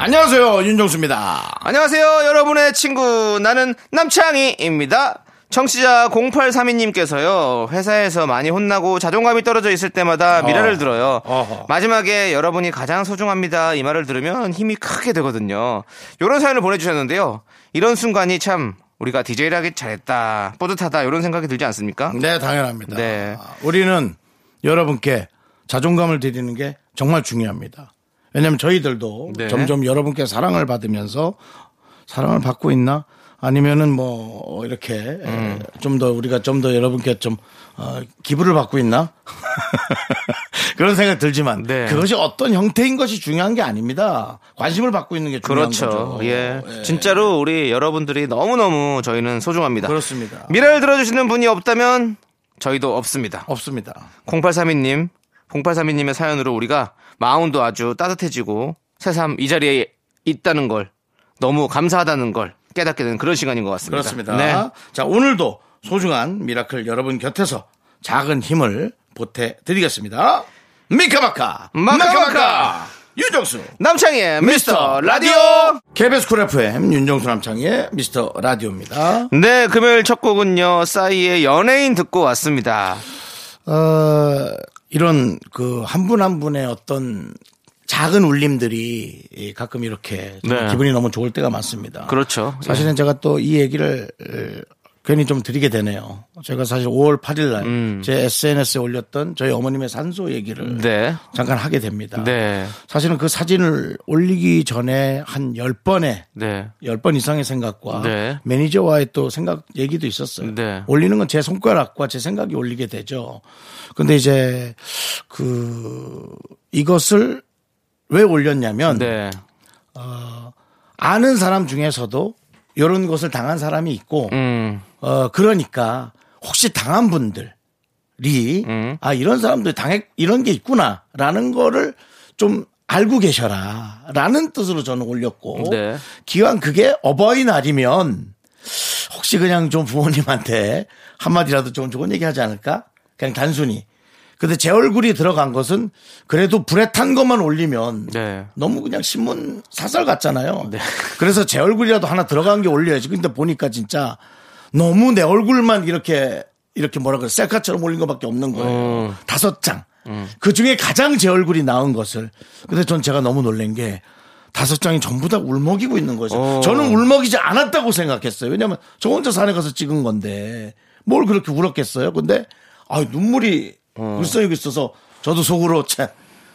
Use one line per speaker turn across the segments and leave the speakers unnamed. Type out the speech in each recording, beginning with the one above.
안녕하세요 윤정수입니다.
안녕하세요, 여러분의 친구. 나는 남창희입니다. 청취자 0832님께서요, 회사에서 많이 혼나고 자존감이 떨어져 있을 때마다 미라를 들어요.
어허.
마지막에 여러분이 가장 소중합니다. 이 말을 들으면 힘이 크게 되거든요. 요런 사연을 보내주셨는데요. 이런 순간이 참 우리가 DJ라기 잘했다, 뿌듯하다, 이런 생각이 들지 않습니까?
네 당연합니다.
네.
우리는 여러분께 자존감을 드리는 게 정말 중요합니다. 왜냐하면 저희들도
네.
점점 여러분께 사랑을 받으면서 사랑을 받고 있나 아니면은 뭐 이렇게
음.
좀 더 우리가 좀 더 여러분께 좀 어, 기부를 받고 있나 그런 생각 들지만
네.
그것이 어떤 형태인 것이 중요한 게 아닙니다. 관심을 받고 있는 게 중요한
그렇죠.
거죠.
예. 진짜로 우리 여러분들이 너무너무 저희는 소중합니다.
그렇습니다.
미라를 들어주시는 분이 없다면 저희도 없습니다.
없습니다.
0832님, 0832님의 사연으로 우리가 마음도 아주 따뜻해지고 새삼 이 자리에 있다는 걸 너무 감사하다는 걸 깨닫게 되는 그런 시간인 것 같습니다.
그렇습니다.
네.
자, 오늘도 소중한 미라클 여러분 곁에서 작은 힘을 보태 드리겠습니다. 미카마카!
마카마카!
윤정수!
남창희의 미스터 라디오!
KBS 쿨 FM 윤정수 남창희의 미스터 라디오입니다.
네, 금요일 첫 곡은요, 싸이의 연예인 듣고 왔습니다.
어, 이런 그 한 분 한 분의 어떤 작은 울림들이 이 가끔 이렇게 정말
네.
기분이 너무 좋을 때가 많습니다.
그렇죠.
사실은 제가 또 이 얘기를 에, 괜히 좀 드리게 되네요. 제가 사실 5월 8일 날 제 SNS에 올렸던 저희 어머님의 산소 얘기를
음. 네.
잠깐 하게 됩니다.
네.
사실은 그 사진을 올리기 전에 한 10번의
네.
10번 이상의 생각과
네.
매니저와의 또 생각 얘기도 있었어요.
네.
올리는 건 제 손가락과 제 생각이 올리게 되죠. 근데 이제 그 이것을 왜 올렸냐면
네.
아는 사람 중에서도 이런 것을 당한 사람이 있고
음.
어 그러니까 혹시 당한 분들이 아 이런 사람들 당했 이런 게 있구나라는 거를 좀 알고 계셔라라는 뜻으로 저는 올렸고
네.
기왕 그게 어버이날이면 혹시 그냥 좀 부모님한테 한마디라도 좀 좋은 얘기 하지 않을까? 그냥 단순히. 근데 제 얼굴이 들어간 것은 그래도 불에 탄 것만 올리면
네.
너무 그냥 신문 사설 같잖아요. 그래서 제 얼굴이라도 하나 들어간 게 올려야지. 근데 보니까 진짜 너무 내 얼굴만 이렇게 이렇게 뭐라 그래 셀카처럼 올린 것밖에 없는 거예요. 다섯 장. 그 중에 가장 제 얼굴이 나은 것을. 근데 전 제가 너무 놀란 게 다섯 장이 전부 다 울먹이고 있는 거죠. 저는 울먹이지 않았다고 생각했어요. 왜냐면 저 혼자 산에 가서 찍은 건데 뭘 그렇게 울었겠어요. 근데 아 눈물이 글썽이고 있어서 저도 속으로 참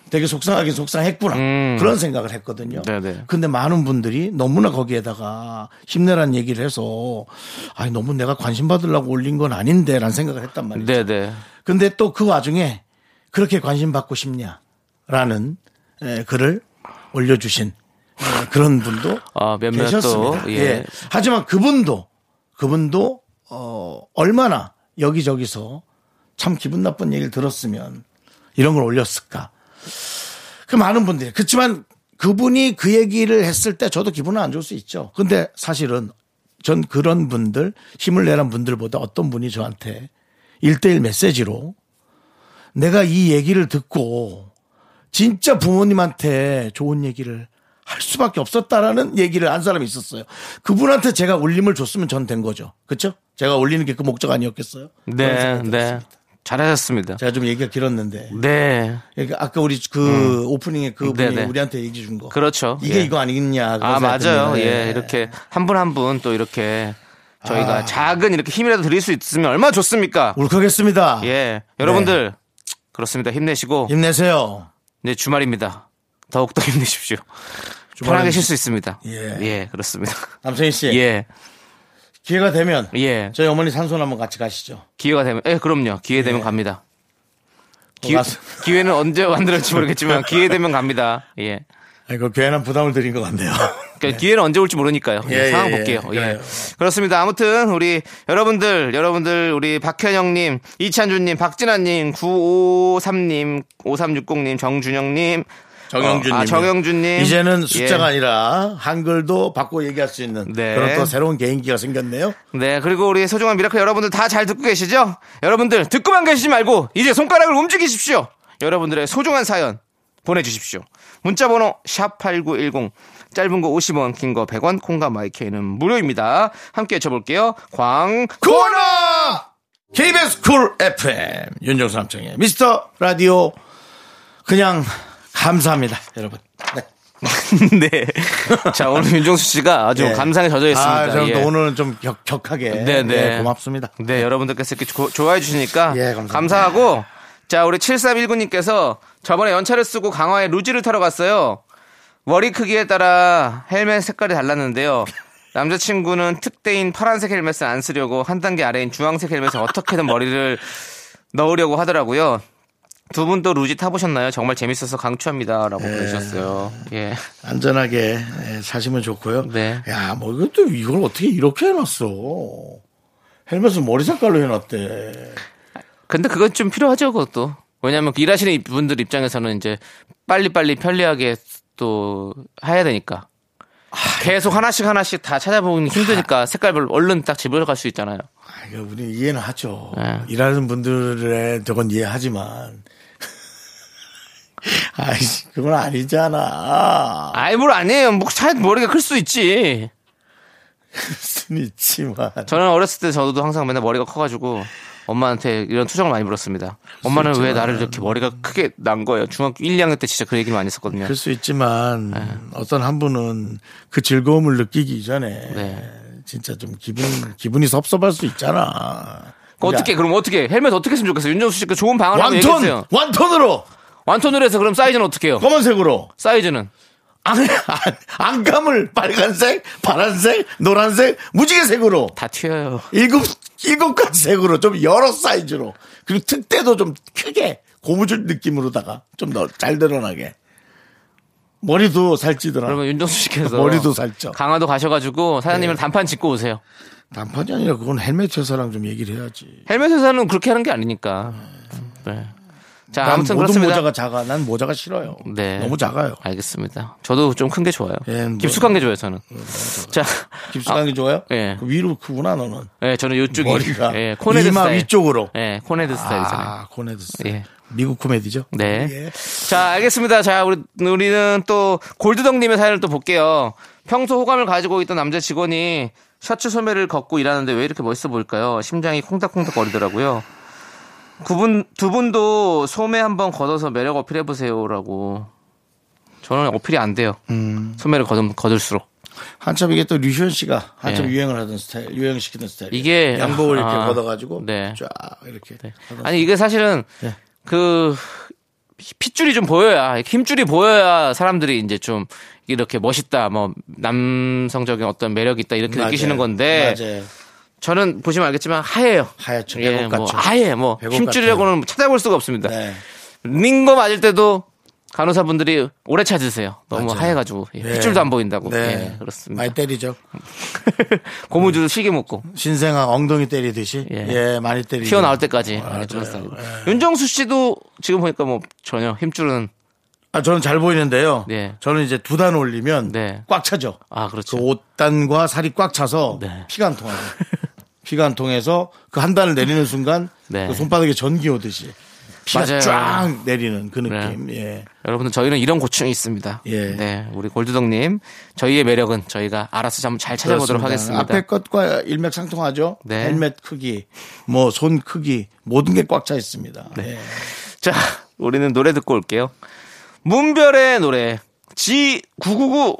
되게 속상하긴 속상했구나 그런 생각을 했거든요.
음. 네네.
근데 많은 분들이 너무나 거기에다가 힘내란 얘기를 해서 아니 너무 내가 관심 받으려고 올린 건 아닌데라는 생각을 했단 말이죠.
네, 네.
근데 또 그 와중에 그렇게 관심 받고 싶냐라는 에, 글을 올려주신 에, 그런 분도
아, 몇몇
계셨습니다.
또, 예.
예. 하지만 그분도 그분도 어, 얼마나 여기저기서 참 기분 나쁜 얘기를 들었으면 이런 걸 올렸을까. 그 많은 분들이 그렇지만 그분이 그 얘기를 했을 때 저도 기분은 안 좋을 수 있죠. 근데 사실은 전 그런 분들 힘을 내란 분들보다 어떤 분이 저한테 일대일 메시지로 내가 이 얘기를 듣고 진짜 부모님한테 좋은 얘기를 할 수밖에 없었다라는 얘기를 한 사람이 있었어요. 그분한테 제가 울림을 줬으면 전 된 거죠. 그렇죠? 제가 울리는 게 그 목적 아니었겠어요? 그런
네,
생각이
네.
들었습니다.
잘하셨습니다.
제가 좀 얘기가 길었는데.
네.
그러니까 아까 우리 그 오프닝에 그 분이
음. 네네.
우리한테 얘기 준 거.
그렇죠.
이게
예.
이거 아니겠냐. 그런
아
생각 네.
맞아요.
때문에.
예, 이렇게 한 분 한 분 또 이렇게 저희가
아.
작은 이렇게 힘이라도 드릴 수 있으면 얼마나 좋습니까?
울컥했습니다.
예, 여러분들 그렇습니다. 힘내시고
네. 힘내세요.
이제 주말입니다. 더욱 더 힘내십시오.
주말은-
편하게 쉴 수 있습니다.
예.
그렇습니다.
남성희 씨.
예,
기회가 되면
예.
저희 어머니 산소나 한번 같이 가시죠.
기회가 되면, 예, 그럼요. 기회 되면 갑니다.
어,
기,
그 가서-
기회는 언제 만들어질지 모르겠지만 기회 되면 갑니다. 예,
아, 아이고, 괜한 부담을 드린 것 같네요.
그러니까 기회는 언제 올지 모르니까요.
예,
상황
예,
볼게요.
예.
예. 그렇습니다. 아무튼 우리 여러분들, 여러분들 우리 박현영님, 이찬준님, 박진아님, 953님, 5360님, 정준영님,
정영준님.
어, 아, 정영준님.
이제는 숫자가
예.
아니라 한글도 바꿔 얘기할 수 있는
네.
그런 또 새로운 개인기가 생겼네요.
네, 그리고 우리 소중한 미라클 여러분들 다 잘 듣고 계시죠? 여러분들 듣고만 계시지 말고 이제 손가락을 움직이십시오. 여러분들의 소중한 사연 보내주십시오. 문자번호 샵 #8910 짧은 거 50원, 긴 거 100원, 콩과 마이케이는 무료입니다. 함께 쳐볼게요. 광
코너! KBS 쿨 FM 윤정수 남청의 미스터 라디오 그냥 감사합니다 여러분. 네.
네. 자, 오늘 윤종수 씨가 아주
예.
감상에 젖어 있습니다.
아, 저는
예.
또 오늘은 좀 격, 격하게.
네, 네.
예, 고맙습니다.
네, 여러분들께서 이렇게 조- 좋아해 주시니까
예, 감사합니다.
감사하고 자, 우리 7319님께서 저번에 연차를 쓰고 강화에 루지를 타러 갔어요. 머리 크기에 따라 헬멧 색깔이 달랐는데요. 남자친구는 특대인 파란색 헬멧을 안 쓰려고 한 단계 아래인 주황색 헬멧에 어떻게든 머리를 넣으려고 하더라고요. 두 분도 루지 타보셨나요? 정말 재밌어서 강추합니다. 라고 보내주셨어요. 예.
안전하게 예, 사시면 좋고요.
네.
야, 뭐 이것도 이걸 어떻게 이렇게 해놨어. 헬멧을 머리 색깔로 해놨대.
근데 그건 좀 필요하죠, 그것도. 왜냐하면 그 일하시는 분들 입장에서는 이제 빨리빨리 편리하게 또 해야 되니까. 계속 하나씩 하나씩 다 찾아보기 힘드니까 색깔별로 얼른 딱 집으로 갈 수 있잖아요.
아, 이거 우리 이해는 하죠.
네.
일하는 분들의 저건 이해하지만. 아이씨, 그건 아니잖아.
아이, 뭘 아니에요. 뭐, 차이 머리가 클 수 있지. 아.
무슨 있지만.
저는 어렸을 때 저도 항상 맨날 머리가 커가지고 엄마한테 이런 투정을 많이 물었습니다. 엄마는 왜 나를 이렇게 머리가 크게 난 거예요? 중학교 1, 2학년 때 진짜 그 얘기를 많이 했었거든요.
그럴 수 있지만
네.
어떤 한 분은 그 즐거움을 느끼기 이전에
네.
진짜 좀 기분 기분이 섭섭할 수 있잖아. 그러니까
그 어떻게, 그럼 어떻게, 헬멧 어떻게 했으면 좋겠어요? 윤정수 씨그 좋은 방안 한번 얘기해주세요.
완톤 완톤으로
완톤으로 해서 그럼 사이즈는 어떻게 해요?
검은색으로
사이즈는?
안, 안, 안감을 빨간색, 파란색, 노란색, 무지개색으로
다 튀어요.
일곱 일곱 가지 색으로 좀 여러 사이즈로 그리고 특대도 좀 크게 고무줄 느낌으로다가 좀 잘 드러나게 머리도 살찌더라.
그러면 윤정수 씨께서
머리도 살쪄. 네.
강화도 가셔가지고 사장님을 단판 짓고 오세요.
단판이 아니라 그건 헬멧 회사랑 좀 얘기를 해야지.
헬멧 회사는 그렇게 하는 게 아니니까. 네. 자
난
아무튼
모든
그렇습니다.
모자가 작아. 난 모자가 싫어요.
네.
너무 작아요.
알겠습니다. 저도 좀 큰 게 좋아요.
예, 뭐-
깊숙한 게 좋아요 저는. 자,
깊숙한 게 좋아요?
예.
그 위로 크구나 너는.
예, 저는 요쪽이
머리가
예, 코네드
이마
스타일.
위쪽으로.
예, 코네드 스타일이잖아요.
아, 코네드 스
예.
미국 코미디죠?
네.
예.
자, 알겠습니다. 자, 우리, 우리는 또 골드덕님의 사연을 또 볼게요. 평소 호감을 가지고 있던 남자 직원이 셔츠 소매를 걷고 일하는데 왜 이렇게 멋있어 보일까요? 심장이 콩닥콩닥 거리더라고요. 그분 두 분도 소매 한번 걷어서 매력 어필해 보세요라고. 저는 어필이 안 돼요. 소매를 걷음, 걷을수록
한참 이게 또 류현 씨가 한참
예.
유행을 하던 스타일, 유행시키던 스타일.
이게-
양복을 이렇게
아,
걷어가지고
네.
쫙 이렇게. 하던
아니 이게 사실은
네.
그 핏줄이 좀 보여야 힘줄이 보여야 사람들이 이제 좀 이렇게 멋있다 뭐 남성적인 어떤 매력이 있다 이렇게
맞아요.
느끼시는 건데
맞아요.
저는 보시면 알겠지만 하얘요.
하얗죠.
예,
백옥
뭐
같죠.
하얘 뭐
백옥
힘줄이라고는 찾아볼 수가 없습니다.
네.
링거 맞을 때도 간호사분들이 오래 찾으세요. 너무
맞아요.
하얘가지고 예,
네.
핏줄도 안 보인다고.
네.
예, 그렇습니다.
많이 때리죠.
고무줄 시계 묶고
신생아 엉덩이 때리듯이. 예,
예.
많이 때리죠.
튀어나올 때까지.
아,
예, 그렇습니다.
네.
윤정수 씨도 지금 보니까 뭐 전혀 힘줄은
아, 저는 잘 보이는데요.
네.
저는 이제 두 단 올리면
네.
꽉 차죠.
아
그
그렇죠.
옷단과 살이 꽉 차서
네.
피가 안 통하죠. 피가 안 통해서 그 한 단을 내리는 순간
네.
그 손바닥에 전기 오듯이 피가
맞아요.
쫙 내리는 그 느낌. 예.
여러분들 저희는 이런 고충이 있습니다.
예.
네, 우리 골드덕님 저희의 매력은 저희가 알아서 한번 잘 찾아보도록
그렇습니다.
하겠습니다.
앞에 것과 일맥상통하죠.
네.
헬멧 크기, 뭐 손 크기 모든 게 꽉 차 있습니다. 예.
자, 우리는 노래 듣고 올게요. 문별의 노래 G999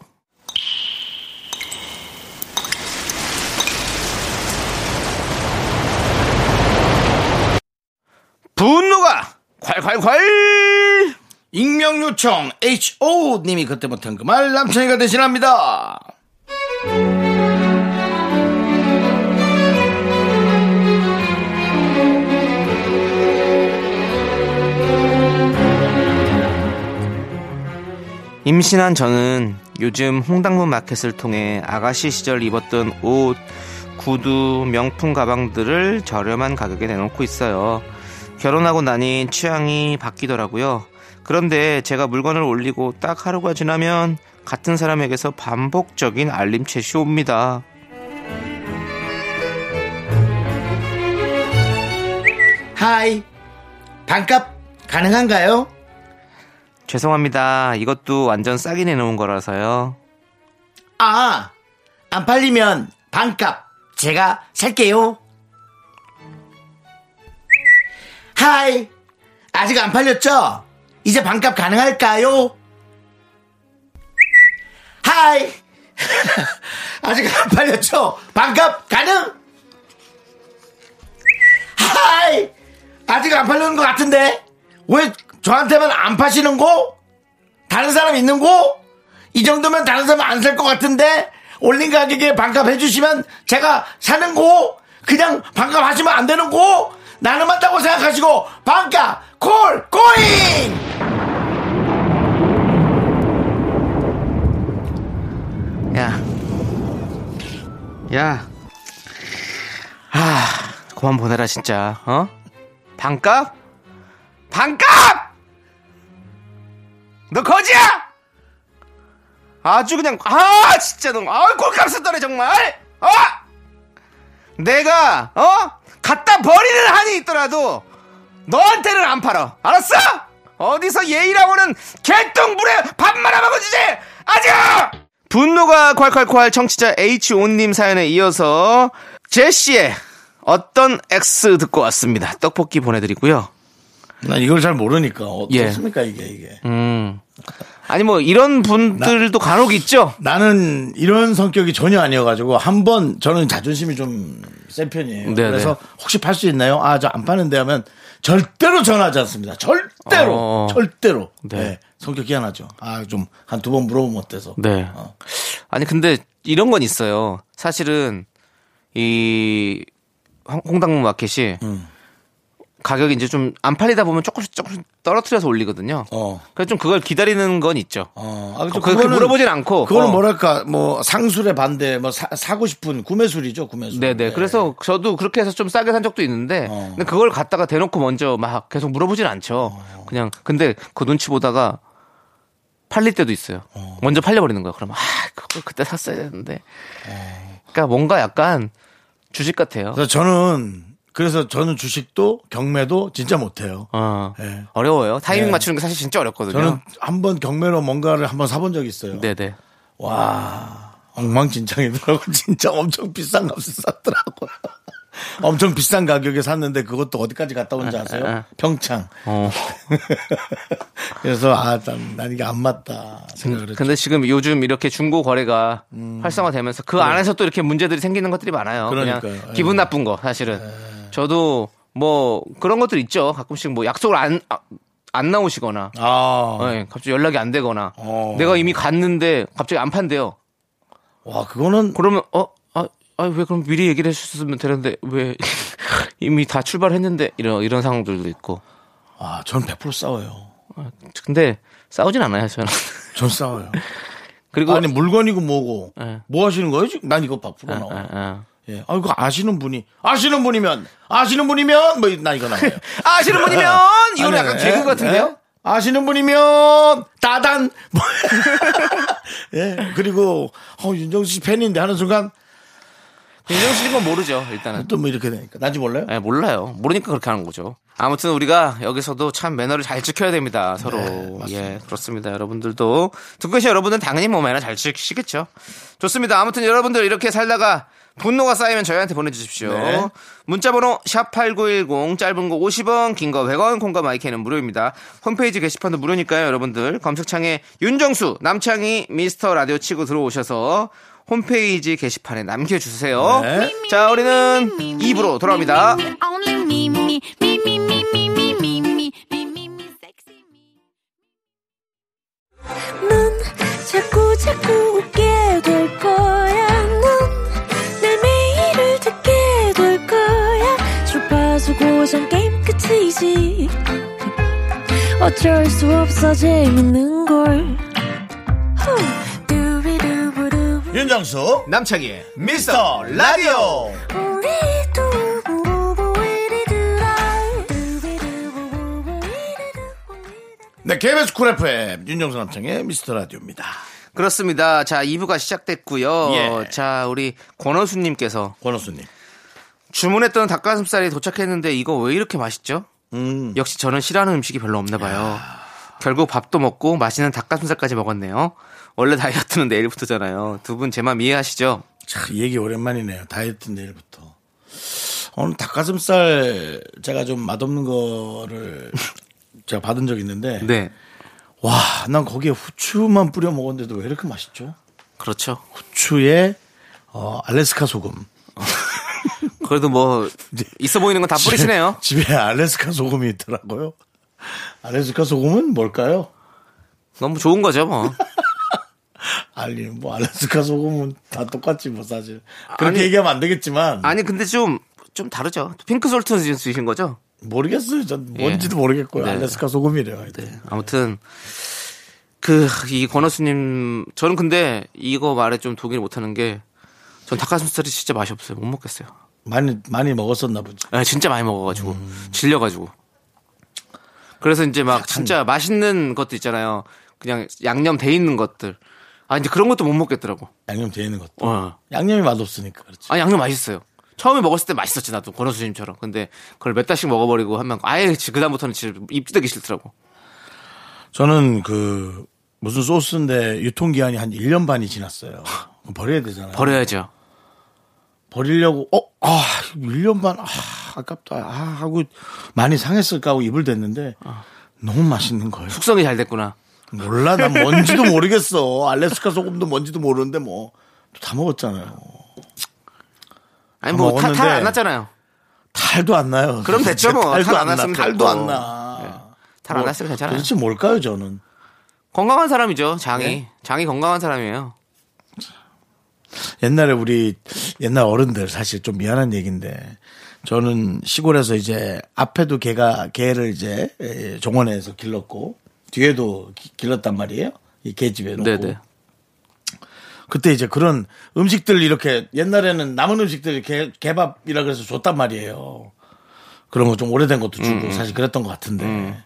분노가 콸콸콸
익명 요청 HO 님이 그때 못한 그 말 남창이가 대신합니다.
임신한 저는 요즘 홍당무 마켓을 통해 아가씨 시절 입었던 옷, 구두, 명품 가방들을 저렴한 가격에 내놓고 있어요. 결혼하고 나니 취향이 바뀌더라고요. 그런데 제가 물건을 올리고 딱 하루가 지나면 같은 사람에게서 반복적인 알림챗이 옵니다.
하이. 반값 가능한가요?
죄송합니다. 이것도 완전 싸게 내놓은 거라서요.
아, 안 팔리면 반값 제가 살게요. 하이, 아직 안 팔렸죠? 이제 반값 가능할까요? 하이, 아직 안 팔렸죠? 반값 가능? 하이, 아직 안 팔리는 것 같은데 왜 저한테만 안 파시는 거? 다른 사람 있는 거? 이 정도면 다른 사람 안 살 것 같은데 올린 가격에 반값 해주시면 제가 사는 거 그냥 반값 하시면 안 되는 거 나는 맞다고 생각하시고 반값 콜 고잉
야. 야. 아, 그만 보내라, 진짜. 어? 반값? 반값! 너 거지야! 아주 그냥, 아, 진짜 너, 아, 꼴값을 떠네, 정말! 어? 내가, 어? 갖다 버리는 한이 있더라도, 너한테는 안 팔아. 알았어? 어디서 예의라고는 개똥불에 밥 말아먹어 주지! 아직! 분노가 콸콸콸 청취자 H5님 사연에 이어서 제시의 어떤 X 듣고 왔습니다. 떡볶이 보내드리고요.
난 이걸 잘 모르니까
예.
어떻습니까 이게 이게
음. 아니 뭐 이런 분들도 간혹 있죠.
나는 이런 성격이 전혀 아니어가지고 한 번 저는 자존심이 좀 센 편이에요.
네네.
그래서 혹시 팔 수 있나요? 아 저 안 파는데 하면 절대로 전하지 않습니다. 절대로
어.
절대로.
네.
네. 성격 희한하죠. 아 좀 한 두 번 물어보면 어때서?
네.
어.
아니 근데 이런 건 있어요. 사실은 이 홍- 홍당무 마켓이 가격이 이제 좀 안 팔리다 보면 조금씩 조금씩 떨어뜨려서 올리거든요.
어.
그래서 좀 그걸 기다리는 건 있죠.
어. 아,
그렇게 물어보진 않고.
그거는
어.
뭐랄까 뭐 상술의 반대 뭐 사, 사고 싶은 구매술이죠 구매술.
네네. 그래서 저도 그렇게 해서 좀 싸게 산 적도 있는데,
그렇죠. 어.
근데 그걸 갖다가 대놓고 먼저 막 계속 물어보진 않죠. 그냥, 근데 그 눈치 보다가 팔릴 때도 있어요. 먼저 팔려버리는 거야. 그럼, 아, 그걸 그때 샀어야 되는데. 그러니까 뭔가 약간 주식 같아요.
그래서 저는 그래서 저는 주식도 경매도 진짜 못해요.
어.
예.
어려워요. 타이밍
네.
맞추는 게 사실 진짜 어렵거든요.
저는 한 번 경매로 뭔가를 한 번 사본 적이 있어요.
네네.
와 엉망진창이더라고 진짜 엄청 비싼 값에 샀더라고요 엄청 비싼 가격에 샀는데 그것도 어디까지 갔다 온지 아세요? 평창
어.
아, 그래서 아난 이게 안 맞다 생각을 했죠 음.
근데 지금 요즘 이렇게 중고 거래가 활성화되면서 그 안에서 또 이렇게 문제들이 생기는 것들이 많아요. 그냥
그러니까요. 예.
기분 나쁜 거 사실은. 저도 뭐 그런 것들 있죠. 가끔씩 뭐 약속을 안 안 나오시거나
아,
예, 갑자기 연락이 안 되거나
어.
내가 이미 갔는데 갑자기 안 판대요.
와 그거는
그러면 어? 아, 아, 왜 그럼 미리 얘기를 해주셨으면 되는데 왜 이미 다 출발했는데 이런 이런 상황들도 있고.
아 저는 100% 싸워요
아, 근데 싸우진 않아요, 저는.
전 싸워요
그리고
아니 물건이고 뭐고
예.
뭐 하시는 거예요 지금 난 이거
아,
밖으로 나와
아, 아.
예. 아 이거 아시는 분이 아시는 분이면 아시는 분이면 뭐 나 이거 나와요
아시는 분이면 이거는
아니,
약간
아니,
개그
예?
같은데요?
예? 아시는 분이면 따단 뭐. 예 그리고 어, 윤정수 씨 팬인데 하는 순간
윤정수 씨건 모르죠, 일단은.
또 뭐 이렇게 되니까 난지 몰라요
예, 몰라요. 모르니까 그렇게 하는 거죠. 아무튼 우리가 여기서도 참 매너를 잘 지켜야 됩니다. 서로.
네,
예, 그렇습니다. 여러분들도. 듣고 계신 여러분은 당연히 뭐 매너 잘 지키시겠죠. 좋습니다. 아무튼 여러분들 이렇게 살다가 분노가 쌓이면 저희한테 보내주십시오.
네.
문자번호 샵8910 짧은 거 50원, 긴 거 100원, 콩과 마이크는 무료입니다. 홈페이지 게시판도 무료니까요, 여러분들. 검색창에 윤정수, 남창희, 미스터 라디오 치고 들어오셔서 홈페이지 게시판에 남겨주세요.
네.
자, 우리는 입으로 돌아옵니다.
Only me, me, me, me, me, me, me, me, me, me, me, me, sexy me.
넌 자꾸 자꾸 웃게 될 거야. 넌내 매일을 듣게 될 거야. 주파수 고정 게임 끝이지. 어쩔 수 없어 재밌는 걸. 후. 두,
예.
윤정수
남창희의
미스터 라디오 네 KBS 쿨 FM 윤정수 남창의 미스터 라디오입니다
그렇습니다. 자, 2부가 시작됐고요.
예.
자, 우리 권호수님께서
권호수님
주문했던 닭가슴살이 도착했는데 이거 왜 이렇게 맛있죠?
음.
역시 저는 싫어하는 음식이 별로 없나 봐요. 결국 밥도 먹고 맛있는 닭가슴살까지 먹었네요. 원래 다이어트는 내일부터잖아요. 두 분 제 맘 이해하시죠?
참, 이 얘기 오랜만이네요. 다이어트 내일부터. 오늘 닭가슴살 제가 좀 맛없는 거를 제가 받은 적이 있는데
네.
와, 난 거기에 후추만 뿌려 먹었는데도 왜 이렇게 맛있죠?
그렇죠.
후추에 어, 알래스카 소금.
그래도 뭐 있어 보이는 건 다 아, 뿌리시네요.
집에, 집에 알래스카 소금이 있더라고요. 알래스카 소금은 뭘까요?
너무 좋은 거죠, 뭐.
아니, 뭐 알래스카 소금은 다 똑같지 뭐 사실. 그렇게
아니-
얘기하면 안 되겠지만
아니 근데 좀 좀 다르죠. 핑크 솔트 쓰신 거죠?
모르겠어요. 전 뭔지도 모르겠고요.
네.
알래스카 소금이래요. 하여튼.
아무튼 그 이 권호수님 저는 근데 이거 말에 좀 동의를 못하는 게 전 닭가슴살이 진짜 맛이 없어요. 못 먹겠어요.
많이 많이 먹었었나 보지.
아, 진짜 많이 먹어가지고
음.
질려가지고 그래서 이제 막 진짜 맛있는 것도 있잖아요. 그냥 양념 돼 있는 것들. 아 이제 그런 것도 못 먹겠더라고.
양념 돼 있는 것도.
어.
양념이 맛없으니까 그렇지.
아 양념 맛있어요. 처음에 먹었을 때 맛있었지 나도 권호수님처럼. 근데 그걸 몇 달씩 먹어버리고 하면 아예 그 다음부터는 진짜 입지되기 싫더라고.
저는 그 무슨 소스인데 유통기한이 한 1년 반이 지났어요. 그럼 버려야 되잖아요.
버려야죠.
음. 버리려고, 어, 아, 1년 반, 아, 아깝다. 아, 하고 많이 상했을까 하고 입을 댔는데
아.
너무 맛있는 거예요.
숙성이 잘 됐구나.
몰라, 난 뭔지도 모르겠어. 알래스카 소금도 뭔지도 모르는데 뭐. 다 먹었잖아요.
아니 뭐 탈
먹었는데.
안 났잖아요.
탈도 안 나요.
그럼 됐죠, 뭐.
탈도
탈
안
안
나.
났으면
탈도
됐고.
안 나.
탈 안 났으면 괜찮아요.
도대체 뭘까요, 저는?
건강한 사람이죠 장이 장이 건강한 사람이에요.
옛날에 우리 옛날 어른들 사실 좀 미안한 얘기인데 저는 시골에서 이제 앞에도 개가 개를 이제 에, 정원에서 길렀고 뒤에도 기- 길렀단 말이에요. 이 개집에 놓고
네네.
그때 이제 그런 음식들 이렇게 옛날에는 남은 음식들 개 개밥이라 그래서 줬단 말이에요. 그런 거 좀 오래된 것도
음,
주고 사실 그랬던 것 같은데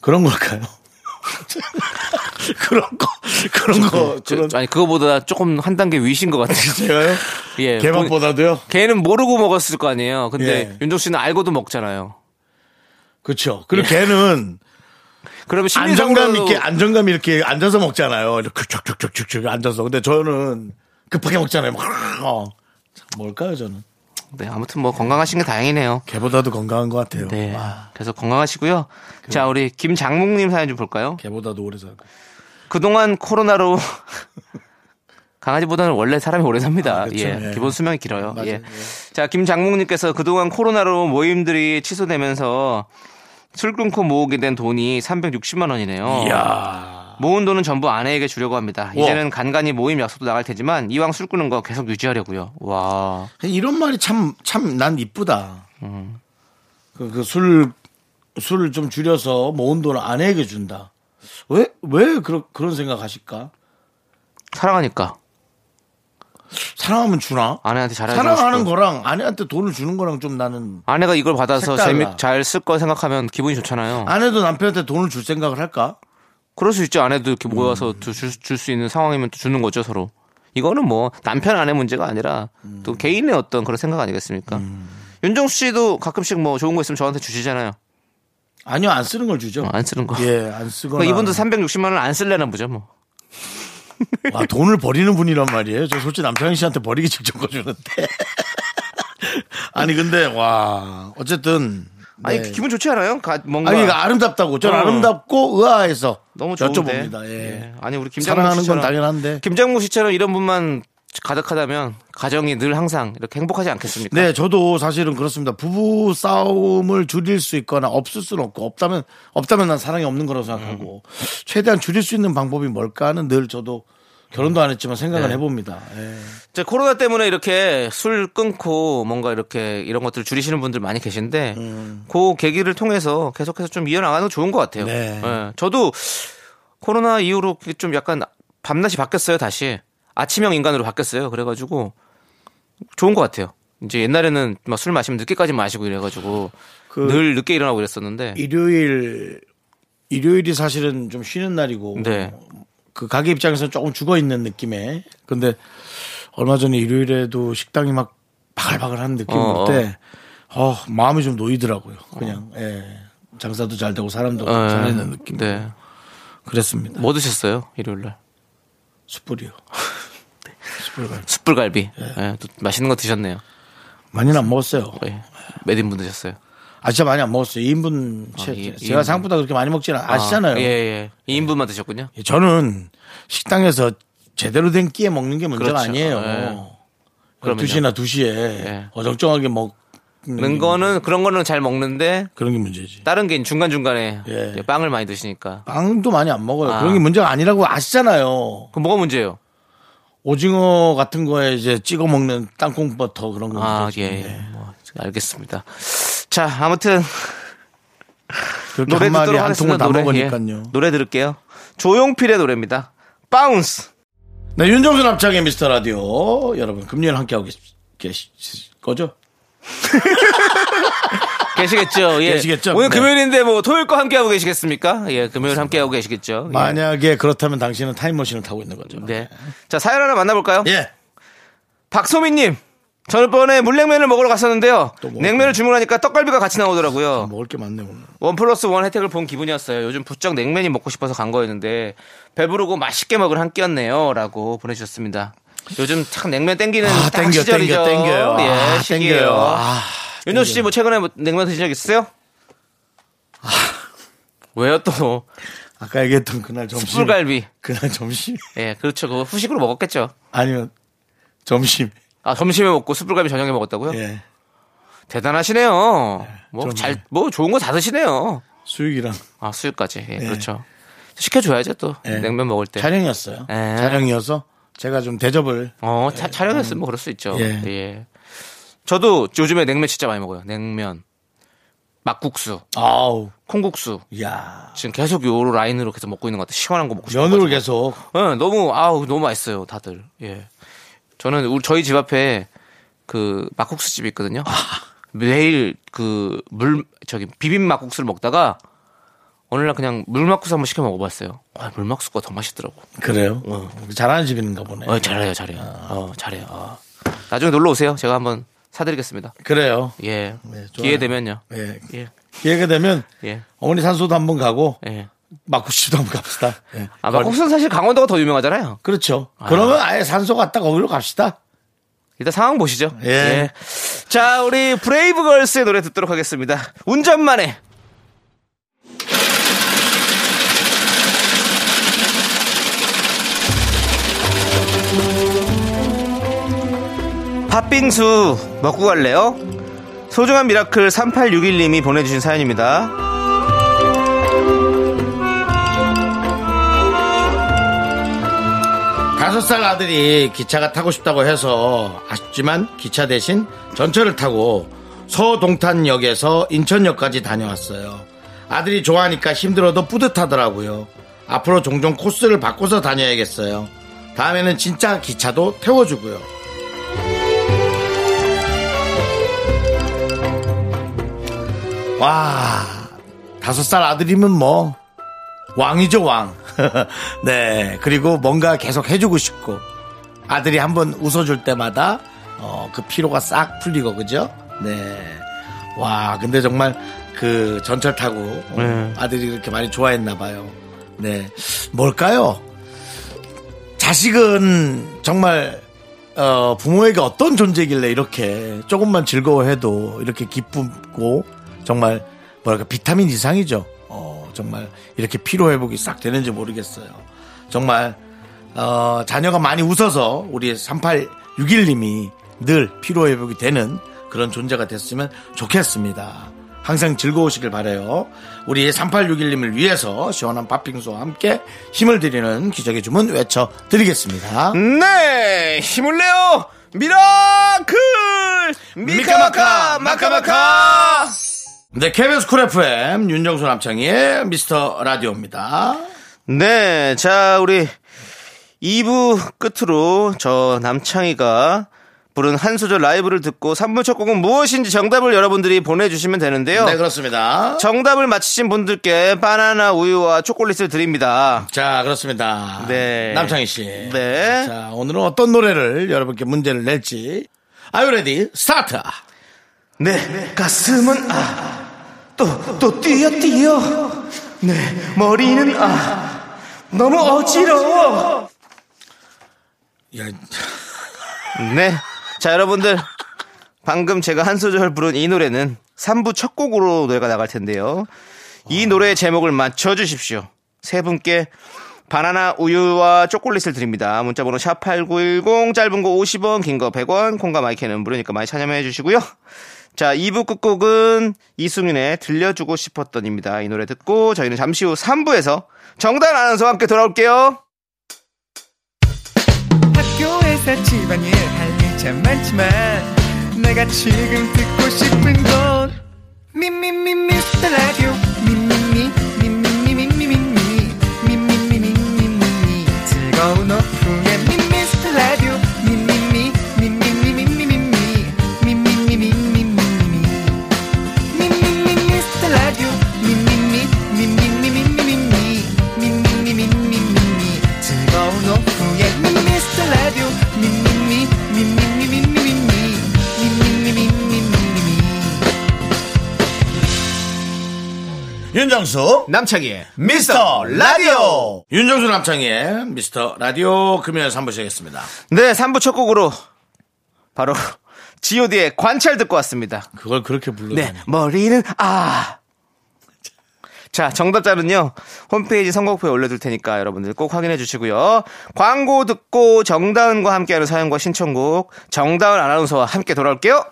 그런 걸까요? 그런 거 그런 거
저-
그런
아니 그거보다 조금 한 단계 위신 것 같아요.
제가요?
예,
개밥보다도요?
걔는 모르고 먹었을 거 아니에요. 근데
예.
윤종 씨는 알고도 먹잖아요.
그렇죠. 그리고
예.
걔는
그러면 심리적으로
안정감 있게 아- 안정감 이렇게 앉아서 먹잖아요. 이렇게 쭉쭉쭉쭉쭉 앉아서. 근데 저는 급하게 먹잖아요. 막 어. 참, 뭘까요 저는?
네, 아무튼 뭐 건강하신 게 다행이네요.
개보다도 건강한 것 같아요.
네.
와,
그래서 건강하시고요. 자, 우리 김장묵님 사연 좀 볼까요?
개보다도 오래 살고.
그동안 코로나로 강아지보다는 원래 사람이 오래 삽니다.
아, 그쵸.
예.
예.
기본 수명이 길어요.
맞아요.
예.
예.
자, 김장묵님께서 그동안 코로나로 모임들이 취소되면서 술 끊고 모으게 된 돈이 360만 원이네요. 모은 돈은 전부 아내에게 주려고 합니다. 이제는 간간히 모임 약속도 나갈 테지만 이왕 술 끊은 거 계속 유지하려고요. 와.
이런 말이 참 참 난 이쁘다.
음.
그 술 술을 좀 줄여서 모은 돈을 아내에게 준다. 왜 왜 그런 그런 생각하실까?
사랑하니까
사랑하면 주나?
아내한테 잘해주고
사랑하는
싶고.
거랑 아내한테 돈을 주는 거랑 좀 나는
아내가 이걸 받아서
색달라.
재미 잘 쓸 거 생각하면 기분이 좋잖아요.
어. 아내도 남편한테 돈을 줄 생각을 할까?
그럴 수 있죠. 아내도
음.
이렇게 모여서 줄 수 있는 상황이면 또 주는 거죠, 서로. 이거는 뭐 남편 아내 문제가 아니라
음.
또 개인의 어떤 그런 생각 아니겠습니까? 윤정수 씨도 가끔씩 뭐 좋은 거 있으면 저한테 주시잖아요.
아니요, 안 쓰는 걸 주죠.
어, 안 쓰는 거.
예, 안 쓰거나.
그러니까 이분도 360만 원 안 쓸래나 보죠, 뭐.
와, 돈을 버리는 분이란 말이에요. 저 솔직히 남창희 씨한테 버리기 직전 거 주는데. 아니, 근데, 와, 어쨌든.
아니
네.
기분 좋지 않아요? 가- 뭔가
아니, 이거 아름답다고. 저는
어.
아름답고 의아해서.
너무 좋은데.
여쭤봅니다. 예.
아니 우리 김장무
사랑하는 건
씨처럼
당연한데.
김장무 씨처럼 이런 분만 가득하다면 가정이 늘 항상 이렇게 행복하지 않겠습니까?
네, 저도 사실은 그렇습니다. 부부 싸움을 줄일 수 있거나 없을 수는 없고 없다면 없다면 난 사랑이 없는 거라고 생각하고
음.
최대한 줄일 수 있는 방법이 뭘까 하는 늘 저도
음.
결혼도 안 했지만
네.
생각을 해봅니다. 예.
이제 코로나 때문에 이렇게 술 끊고 뭔가 이렇게 이런 것들을 줄이시는 분들 많이 계신데 그 계기를 통해서 계속해서 좀 이어나가는 거 좋은 것 같아요.
음. 네.
예, 저도 코로나 이후로 좀 약간 밤낮이 바뀌었어요 다시. 아침형 인간으로 바뀌었어요. 그래가지고 좋은 것 같아요. 이제 옛날에는 막 술 마시면 늦게까지 마시고 이래가지고
그
늘 늦게 일어나고 이랬었는데
일요일 일요일이 사실은 좀 쉬는 날이고
네.
그 가게 입장에서는 조금 죽어 있는 느낌에 근데 얼마 전에 일요일에도 식당이 막 바글바글한 느낌
어,
올 때 어, 마음이 좀 놓이더라고요. 그냥 예. 장사도 잘 되고 사람도
예.
잘 되는 느낌.
네.
뭐 그랬습니다.
뭐 드셨어요 일요일날?
숯불이요. 숯불
숯불갈비.
네.
예, 또 맛있는 거 드셨네요.
많이는 안 먹었어요.
예. 몇 인분 드셨어요?
아 진짜 많이 안 먹었어요. 2인분
아,
채,
이-
제가
이인분.
생각보다 그렇게 많이 먹지는 아시잖아요. 예,
아, 예, 예. 2인분만 드셨군요.
저는 식당에서 제대로 된 끼에 먹는 게 문제가
그렇죠.
아니에요.
예. 그럼요.
12시나 2시에
예.
어정쩡하게 먹는
는 거는 그런 거는 잘 먹는데
그런 게 문제지.
다른 게 중간 중간에
예.
빵을 많이 드시니까
빵도 많이 안 먹어요.
아.
그런 게 문제가 아니라고 아시잖아요.
그 뭐가 문제예요?
오징어 같은 거에 이제 찍어 먹는 땅콩 버터 그런 거.
아,
문제지.
예. 예.
네.
뭐, 알겠습니다. 자, 아무튼
그렇게
노래
한 마리
듣도록
한
하겠습니다.
통을 다
노래,
먹으니까요.
예. 노래 들을게요. 조용필의 노래입니다. 바운스.
네, 윤정수 남창의 미스터 라디오 여러분 금요일 함께 하고 계시 거죠?
계시겠죠? 예.
계시겠죠?
오늘
네.
금요일인데 뭐 토요일 거 함께 하고 계시겠습니까? 예, 금요일 함께 하고 계시겠죠? 예.
만약에 그렇다면 당신은 타임머신을 타고 있는 거죠.
네. 자, 사연 하나 만나볼까요?
예.
박소민님. 저번에 물냉면을 먹으러 갔었는데요.
또 먹었군요.
냉면을 주문하니까 떡갈비가 같이 나오더라고요.
먹을 게 많네 오늘.
원 플러스 원 혜택을 본 기분이었어요. 요즘 부쩍 냉면이 먹고 싶어서 간 거였는데 배부르고 맛있게 먹을 한 끼였네요라고 보내주셨습니다. 요즘 참 냉면 땡기는
아,
네, 딱
땡겨,
시절이죠.
땡겨, 땡겨요.
예,
아,
시기예요.
땡겨요. 아,
윤호 씨 뭐 최근에 뭐 냉면 드신 적 있으세요?
아.
왜요 또
아까 얘기했던 그날 점심.
숯불갈비.
그날 점심.
예, 그렇죠. 그거 후식으로 먹었겠죠.
아니면 점심.
아 점심에 먹고 숯불갈비 저녁에 먹었다고요?
예.
대단하시네요. 뭐
좀,
잘 뭐
예.
좋은 거 다 드시네요.
수육이랑
아 수육까지
네.
예, 그렇죠. 시켜줘야죠 또
예.
냉면 먹을 때.
촬영이었어요.
네. 예.
촬영이어서 제가 좀 대접을
어, 차, 촬영했으면 뭐 그럴 수 있죠. 예.
네. 예.
저도 요즘에 냉면 진짜 많이 먹어요. 냉면, 막국수,
아우
콩국수.
야
지금 계속 요 라인으로 계속 먹고 있는 것 같아요. 시원한 거 먹고 싶어요.
면으로 계속
예, 너무 아우 너무 맛있어요, 다들. 예. 저는 우리 저희 집 앞에 그 막국수 집이 있거든요.
아.
매일 그 물 저기 비빔 막국수를 먹다가 어느 날 그냥 물 막국수 한번 시켜 먹어봤어요. 아, 물 막국수가 더 맛있더라고.
그래요. 어, 잘하는 집인가 보네. 아.
어, 잘해요, 잘해요. 어, 잘해요. 어. 나중에 놀러 오세요. 제가 한번 사드리겠습니다.
그래요.
예.
네, 좋아요.
기회 되면요.
예.
예.
기회가 되면
예.
어머니 산소도 한번 가고
예.
막국수도 한번 갑시다. 예.
아, 막국수는 사실 강원도가 더 유명하잖아요.
그렇죠. 그러면 아예 산소 갔다 거기로 갑시다.
일단 상황 보시죠.
예.
자, 우리 브레이브걸스의 노래 듣도록 하겠습니다. 운전만해. 팥빙수 먹고 갈래요? 소중한 미라클 3861님이 보내주신 사연입니다.
다섯 살 아들이 기차가 타고 싶다고 해서 아쉽지만 기차 대신 전철을 타고 서동탄역에서 인천역까지 다녀왔어요. 아들이 좋아하니까 힘들어도 뿌듯하더라고요. 앞으로 종종 코스를 바꿔서 다녀야겠어요. 다음에는 진짜 기차도 태워주고요. 와, 다섯 살 아들이면 뭐, 왕이죠 왕. 네 그리고 뭔가 계속 해주고 싶고 아들이 한번 웃어줄 때마다 어, 그 피로가 싹 풀리고 그죠? 네. 네와 근데 정말 그 전철 타고 어, 아들이 그렇게 많이 좋아했나 봐요. 네 뭘까요? 자식은 정말 어, 부모에게 어떤 존재길래 이렇게 조금만 즐거워해도 이렇게 기쁘고 정말 뭐랄까 비타민 이상이죠. 어, 정말 이렇게 피로 회복이 싹 되는지 모르겠어요. 정말 어, 자녀가 많이 웃어서 우리 3861님이 늘 피로 회복이 되는 그런 존재가 됐으면 좋겠습니다. 항상 즐거우시길 바래요. 우리 3861님을 위해서 시원한 팥빙수와 함께 힘을 드리는 기적의 주문 외쳐 드리겠습니다.
네 힘을 내요 미라클 미카마카 마카마카
네, KBS 쿨 FM 윤정수
네,
남창희의 미스터 라디오입니다.
네자 우리 2부 끝으로 저 남창희가 부른 한 소절 라이브를 듣고 3부 첫 곡은 무엇인지 정답을 여러분들이 보내주시면 되는데요.
네, 그렇습니다.
정답을 맞히신 분들께 바나나 우유와 초콜릿을 드립니다.
자, 그렇습니다.
네.
남창희 씨.
네.
자, 오늘은 어떤 노래를 여러분께 문제를 낼지. 아유 레디 스타트.
네, 가슴은 아, 또, 또 뛰어 뛰어. 네, 머리는 아, 너무 어지러워.
야,
네, 자, 여러분들. 방금 제가 한 소절 부른 이 노래는 3부 첫 곡으로 노래가 나갈 텐데요. 이 노래의 제목을 맞춰주십시오. 세 분께 바나나 우유와 초콜릿을 드립니다. 문자번호 샵8910, 짧은 거 50원, 긴 거 100원, 콩과 마이크는 무료니까 많이 참여해 주시고요. 자, 2부 끝곡은 이승윤의 들려주고 싶었던입니다. 이 노래 듣고 저희는 잠시 후 3부에서 정단 아나운서와 함께 돌아올게요.
학교에서 집안일 할 일 참 많지만 내가 지금 듣고 싶은 건 미미미 미스터 라디오 미미미 미미미 미미미 미미미 미미미 즐거운 오후에 미스터 라디오 미미미 미미미 미미미 미미미 미미미
윤정수
남창희의
미스터 라디오. 윤정수 남창희의 미스터 라디오 금요일 3부 시작했습니다.
네, 3부 첫 곡으로 바로 god의 관찰 듣고 왔습니다.
그걸 그렇게 불러.
네, 머리는 아. 자, 정답자는요. 홈페이지 선곡표에 올려둘 테니까 여러분들 꼭 확인해 주시고요. 광고 듣고 정다은과 함께하는 사연과 신청곡 정다은 아나운서와 함께 돌아올게요.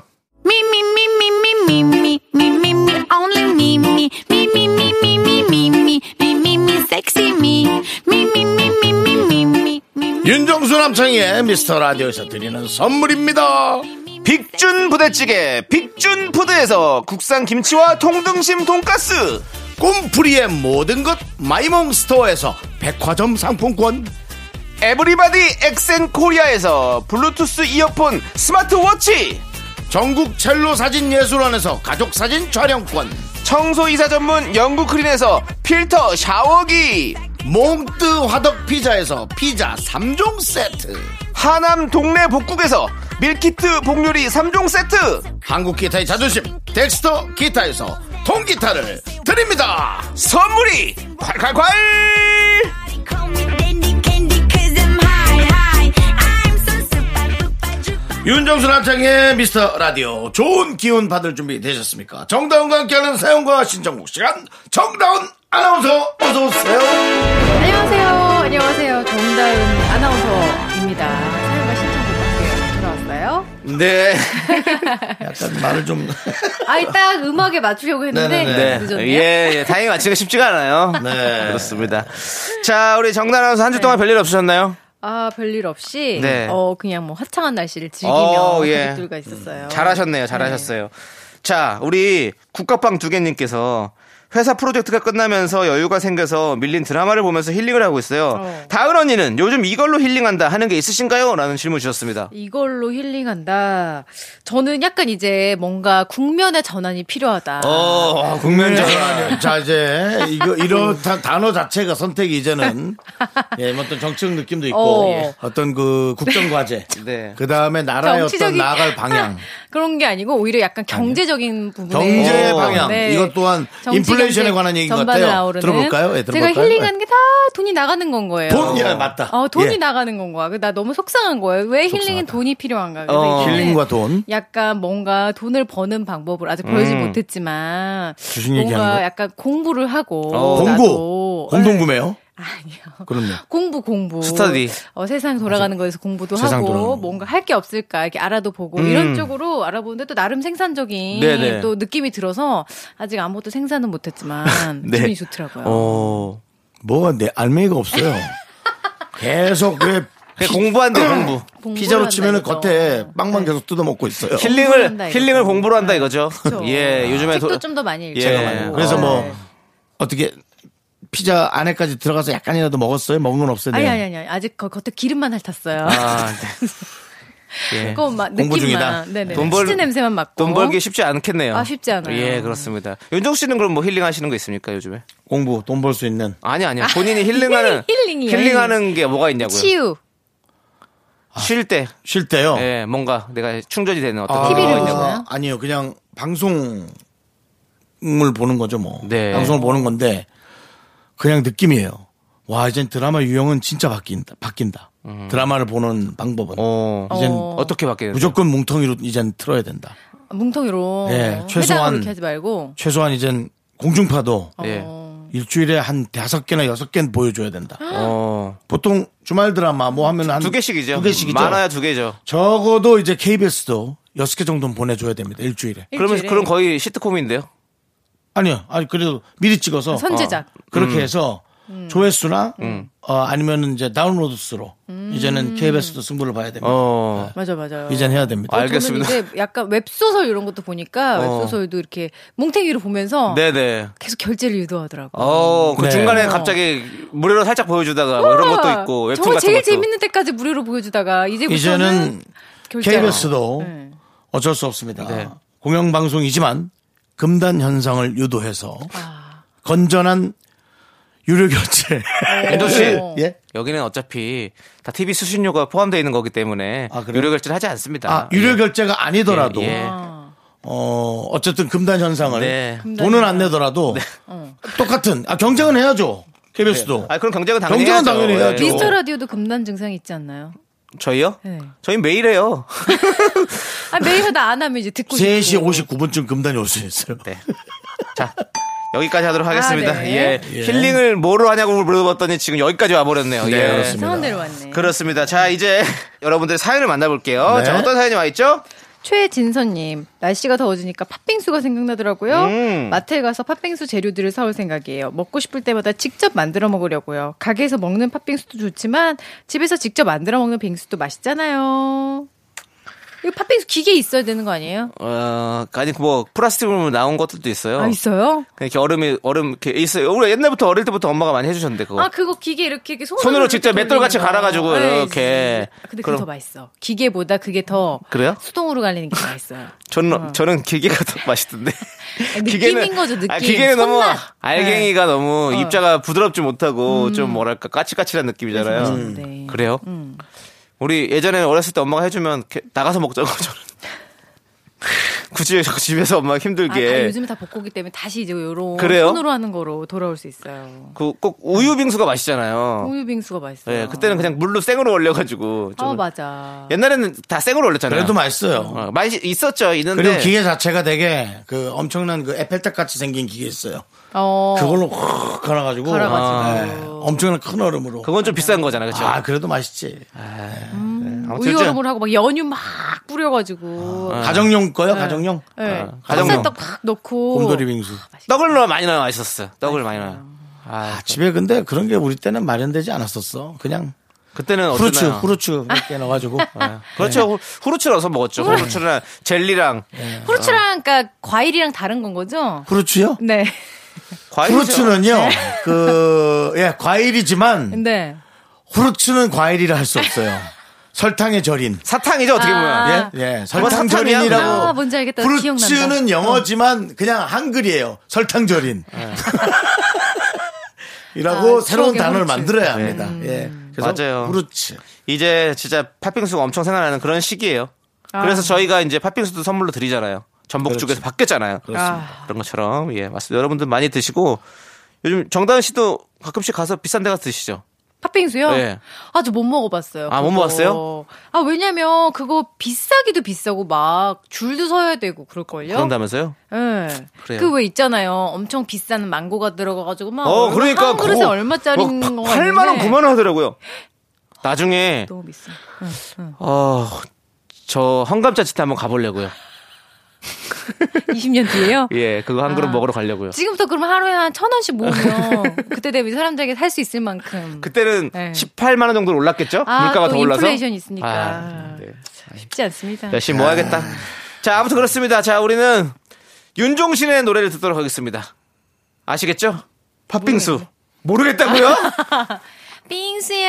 Me, me, me, me, me, me, me, me, me, me, only me, me, me, me, me, me, me, me, me, me, me, me, sexy me, me, me, me, me, me, me, me, me, me.
윤정수 남창희의 미스터 라디오에서 드리는 선물입니다.
빅준 부대찌개 빅준 푸드에서 국산 김치와 통등심 돈가스
꿈풀이의 모든 것 마이몽 스토어에서 백화점 상품권.
에브리바디 엑센 코리아에서 블루투스 이어폰 스마트워치
전국 첼로 사진 예술원에서 가족 사진 촬영권.
청소이사 전문 영국크린에서 필터 샤워기
몽뜨 화덕 피자에서 피자 3종 세트.
하남 동네 복국에서 밀키트 복요리 3종 세트
한국 기타의 자존심 덱스터 기타에서 통기타를 드립니다
선물이 콸콸콸
Call me Dandy Candy 'cause I'm high, high. I'm so super duper duper.
윤정수 남창의 미스터 라디오 좋은 기운 받을 준비 되셨습니까 정다운과 함께하는 사연과 신청곡 시간 정다운 아나운서 어서오세요
안녕하세요. 안녕하세요. 정다은 아나운서입니다. 사연과 신청곡 밖에 들어왔어요.
네.
약간 말을 좀
아이, 딱 음악에 맞추려고 했는데
네네네.
늦었네요.
예, 예. 다행히 맞추기가 쉽지가 않아요.
네.
그렇습니다. 자, 우리 정단 아나운서 한 주 동안 별일 없으셨나요?
아, 별일 없이
네.
어, 그냥 뭐 화창한 날씨를 즐기며
어, 예.
가족들과
음,
있었어요.
잘하셨네요. 잘하셨어요. 자, 우리 국가빵 두개님께서 회사 프로젝트가 끝나면서 여유가 생겨서 밀린 드라마를 보면서 힐링을 하고 있어요.
어.
다은 언니는 요즘 이걸로 힐링한다 하는 게 있으신가요? 라는 질문 주셨습니다.
이걸로 힐링한다. 저는 약간 이제 뭔가 국면의 전환이 필요하다.
어,
네.
국면적.
자 이제 이거 이런 다- 단어 자체가 선택이 이제는 예, 뭐 어떤 정치적 느낌도 있고
어.
어떤 그 국정과제
네.
그 다음에 나라의 어떤
정치적인-
나아갈 방향
그런 게 아니고 오히려 약간 경제적인 어, 네. 부분.
경제
오.
방향 이것 또한 인플레이션에 관한 얘기인 것 같아요. 들어볼까요? 예, 들어볼까요?
제가 힐링하는 게 다 돈이 나가는 건 거예요.
돈, 예, 맞다.
어, 돈이
예.
나가는 건 거야. 그, 나 너무 속상한 거예요. 왜 힐링은 돈이 필요한가? 그래서
어.
이제는
힐링과 돈.
약간 뭔가 돈을 버는 방법을 아직 보여지
음.
못했지만
주식 얘기하는
뭔가
거?
약간 공부를 하고
어.
공부
나도-
공동구매요?
아니요.
그럼요.
공부 공부
스터디.
어, 세상 돌아가는 거에서 공부도
세상
하고
돌아가는 거.
뭔가 할 게 없을까 이렇게 알아도 보고
음.
이런 쪽으로 알아보는데 또 나름 생산적인
네네.
또 느낌이 들어서 아직 아무것도 생산은 못했지만
네.
기분이 좋더라고요.
어.
뭐가 내 알맹이가 없어요. 계속 왜
그냥 공부한대, 공부.
그러니까 공부를
피자로
한다
치면은
이거죠. 네.
겉에 빵만 계속 뜯어 먹고 있어요.
힐링을
한다, 이거죠. 네.
힐링을 공부로 한다 이거죠.
그렇죠.
예, 요즘에
책도
도-
아, 좀 더 많이 읽고
예.
그래서 뭐 어떻게 피자 안에까지 들어가서 약간이라도 먹었어요? 먹은 건 없어요?
아니
네.
아니 아니 아니. 아직 거 겉에 기름만 핥았어요.
아, 네. 예.
그건 막
공부 중이다.
느낌만. 네네.
돈 벌-
치즈 냄새만 맡고.
돈 벌기 쉽지 않겠네요.
어? 아, 쉽지 않아요.
예, 그렇습니다. 윤종 씨는 그럼 뭐 힐링 하시는 거 있습니까, 요즘에?
공부, 돈 벌 수 있는.
아니, 아니요. 본인이 힐링하는,
힐링이요,
하는게 뭐가 있냐고요? 아.
치유.
쉴 때,
쉴 때요.
예, 뭔가 내가 충전이 되는 어떤
어. 아,
그런
TV를
거
네. 보시나요?
있냐고요?
아, 아니요, 그냥 방송을 보는 거죠, 뭐.
네.
방송을 보는 건데 그냥 느낌이에요. 와, 이젠 드라마 유형은 진짜 바뀐다. 바뀐다. 드라마를 보는 방법은
어,
이젠
음. 어.
어떻게 바뀌는 요
무조건 뭉텅이로 이젠 틀어야 된다.
뭉텅이로.
예,
회장으로
최소한-
이렇게 하지 말고.
최소한 이젠 공중파도
예.
어.
일주일에 한 다섯 개나 여섯 개는 보여줘야 된다.
어.
보통 주말 드라마 뭐 하면 한
두 개씩이죠.
두 개씩이죠.
많아야 두 개죠.
적어도 이제 KBS도 여섯 개 정도는 보내줘야 됩니다. 일주일에.
그러면
일주일에.
그럼 거의 시트콤인데요.
아니요, 아니 그래도 미리 찍어서
아, 선제작.
음.
음.
그렇게 해서 조회수나 어, 아니면은 이제 다운로드 수로
음.
이제는 KBS도 승부를 봐야 됩니다.
어.
맞아 맞아요.
이젠 해야 됩니다.
알- 알겠습니다.
저는 이제 약간 웹소설 이런 것도 보니까
어.
웹소설도 이렇게 뭉탱이로 보면서
네네.
계속 결제를 유도하더라고. 요
어, 그
네.
중간에 갑자기 무료로 살짝 보여주다가 뭐 이런 것도 있고 웹툰
저거
같은
제일
것도.
재밌는 때까지 무료로 보여주다가 이제부터는
이제는
결제로.
KBS도
네.
어쩔 수 없습니다.
네.
공영방송이지만 금단 현상을 유도해서 아. 건전한 유료 결제.
윤종 씨.
어.
예?
여기는 어차피 다 TV 수신료가 포함되어 있는 거기 때문에
아, 그래요?
유료 결제를 하지 않습니다.
아, 유료 결제가 아니더라도
예, 예.
어 어쨌든 금단 현상을
네.
돈은 안 내더라도 똑같은 아 경쟁은 해야죠. KBS도
아, 그럼 경쟁은 당연히
경쟁은
해야죠.
당연히 해야죠.
예.
미스터 라디오도 금단 증상이 있지 않나요?
저희요?
네.
저희 매일 해요.
아, 매일 하다 안 하면 이제 듣고
3시
싶고.
59분쯤 금단이 올 수 있어요.
네. 자. 여기까지 하도록 하겠습니다.
아,
예.
네.
힐링을 뭐로 하냐고 물어봤더니 지금 여기까지 와버렸네요. 예.
그렇습니다.
이상한 데로 왔네.
그렇습니다. 자, 이제 여러분들 사연을 만나볼게요.
네.
자, 어떤 사연이 와있죠?
최진선님 날씨가 더워지니까 팥빙수가 생각나더라고요.
음.
마트에 가서 팥빙수 재료들을 사올 생각이에요. 먹고 싶을 때마다 직접 만들어 먹으려고요. 가게에서 먹는 팥빙수도 좋지만 집에서 직접 만들어 먹는 빙수도 맛있잖아요. 이거 팥빙수 기계 있어야 되는 거 아니에요?
어, 아니, 뭐, 플라스틱으로 나온 것들도 있어요.
아 있어요?
그냥 이렇게 얼음이, 얼음, 이렇게 있어요. 우리 옛날부터 어릴 때부터 엄마가 많이 해주셨는데, 그거.
아 그거 기계 이렇게, 이렇게 손으로,
손으로
이렇게
직접 맷돌같이
돌리는 거.
갈아가지고
네,
이렇게.
아, 근데
그럼-
그게 더 맛있어. 기계보다 그게 더
그래요?
수동으로 갈리는 게 맛있어요.
저는, 저는 기계가 더 맛있던데.
느낌인 거죠, 느낌.
아, 기계는 너무,
손맛. 네. 어.
알갱이가 너무 입자가 부드럽지 못하고,
음.
좀 뭐랄까, 까칠까칠한 느낌이잖아요.
음.
네.
그래요? 우리 예전에 어렸을 때 엄마가 해주면 이렇게 나가서 먹자고 저는. 굳이 자꾸 집에서 엄마가
아,
힘들게.
다 요즘에 다 복고기 때문에 다시 이제 요런
그래요?
손으로 하는 거로 돌아올 수 있어요.
그 꼭 우유 빙수가 맛있잖아요.
우유 빙수가 맛있어요.
예, 그때는 그냥 물로 생으로 얼려가지고. 좀
아 맞아.
옛날에는 다 생으로 얼렸잖아요.
그래도 맛있어요.
어, 맛이 있었죠, 있는데.
그리고 기계 자체가 되게 그 엄청난 그 에펠탑 같이 생긴 기계 있어요.
어.
그걸로 확 갈아가지고,
갈아가지고.
네, 엄청난 큰 얼음으로.
건좀 비싼 거잖아, 그쵸?
아 그래도 맛있지.
아무튼
우유
진짜
얼음을 하고 막 연유 막 뿌려가지고.
가정용 거요, 가정용. 아,
예.
아, 가정용.
찹쌀떡 막 넣고.
곰돌이
아,
빙수.
떡을 넣어 많이 넣어 맛있었어. 떡을 많이 넣어. 아,
집에 근데 그런 게 우리 때는 마련되지 않았었어. 그냥
그때는
후르츠,
어땠나요?
후르츠 이렇게 넣어가지고.
그렇죠. 후- 후르츠 넣어서 먹었죠. 후르츠랑 젤리랑 아.
후르츠랑 그러니까 과일이랑 다른 건 거죠?
후르츠요?
네.
과일.
후르츠는요, 그, 예, 과일이지만
네.
후르츠는 과일이라 할 수 없어요. 설탕에 절인.
사탕이죠, 어떻게 보면.
아.
예, 예. 설탕
사탕이야?
절인이라고.
아, 뭔지 알겠다.
후르츠는
기억난다.
영어지만 그냥 한글이에요. 설탕 절인.
네.
이라고
아,
새로운
추억의
단어를
후르츠.
만들어야 합니다. 예. 그래서
음. 맞아요.
후르츠.
이제 진짜 팥빙수가 엄청 생각나는 그런 시기예요. 그래서 저희가 이제 팥빙수도 선물로 드리잖아요. 전복죽에서 바뀌었잖아요.
그렇습니다.
그런 것처럼 예 맞습니다. 여러분들 많이 드시고 요즘 정다은 씨도 가끔씩 가서 비싼 데 가서 드시죠.
팥빙수요?
네.
아, 저 못 먹어봤어요.
아, 못
그거.
먹었어요?
아, 왜냐면 그거 비싸기도 비싸고 막 줄도 서야 되고 그럴걸요?
그런다면서요?
예.
그래요.
그 왜 있잖아요. 엄청 비싼 망고가 들어가가지고 막.
어
얼마-
그러니까
한 그릇에
그거
얼마짜리인
막
거
8만 원, 9만 원 하더라고요. 나중에
너무 비싸.
어저 헝감자치트 한번 가보려고요.
20년 뒤에요?
예 그거 한 그릇
아.
먹으러 가려고요.
지금부터 그럼 하루에 한 천 원씩 모으면 그때 되면 사람들에게 살 수 있을 만큼.
그때는
네.
18만 원 정도로 올랐겠죠?
아,
물가가
또
더 올라서.
인플레이션 있으니까.
아, 네.
쉽지 않습니다.
열심히 모아야겠다. 자, 아무튼 그렇습니다. 자, 우리는 윤종신의 노래를 듣도록 하겠습니다. 아시겠죠? 팥빙수.
모르겠다고요?
빙수야.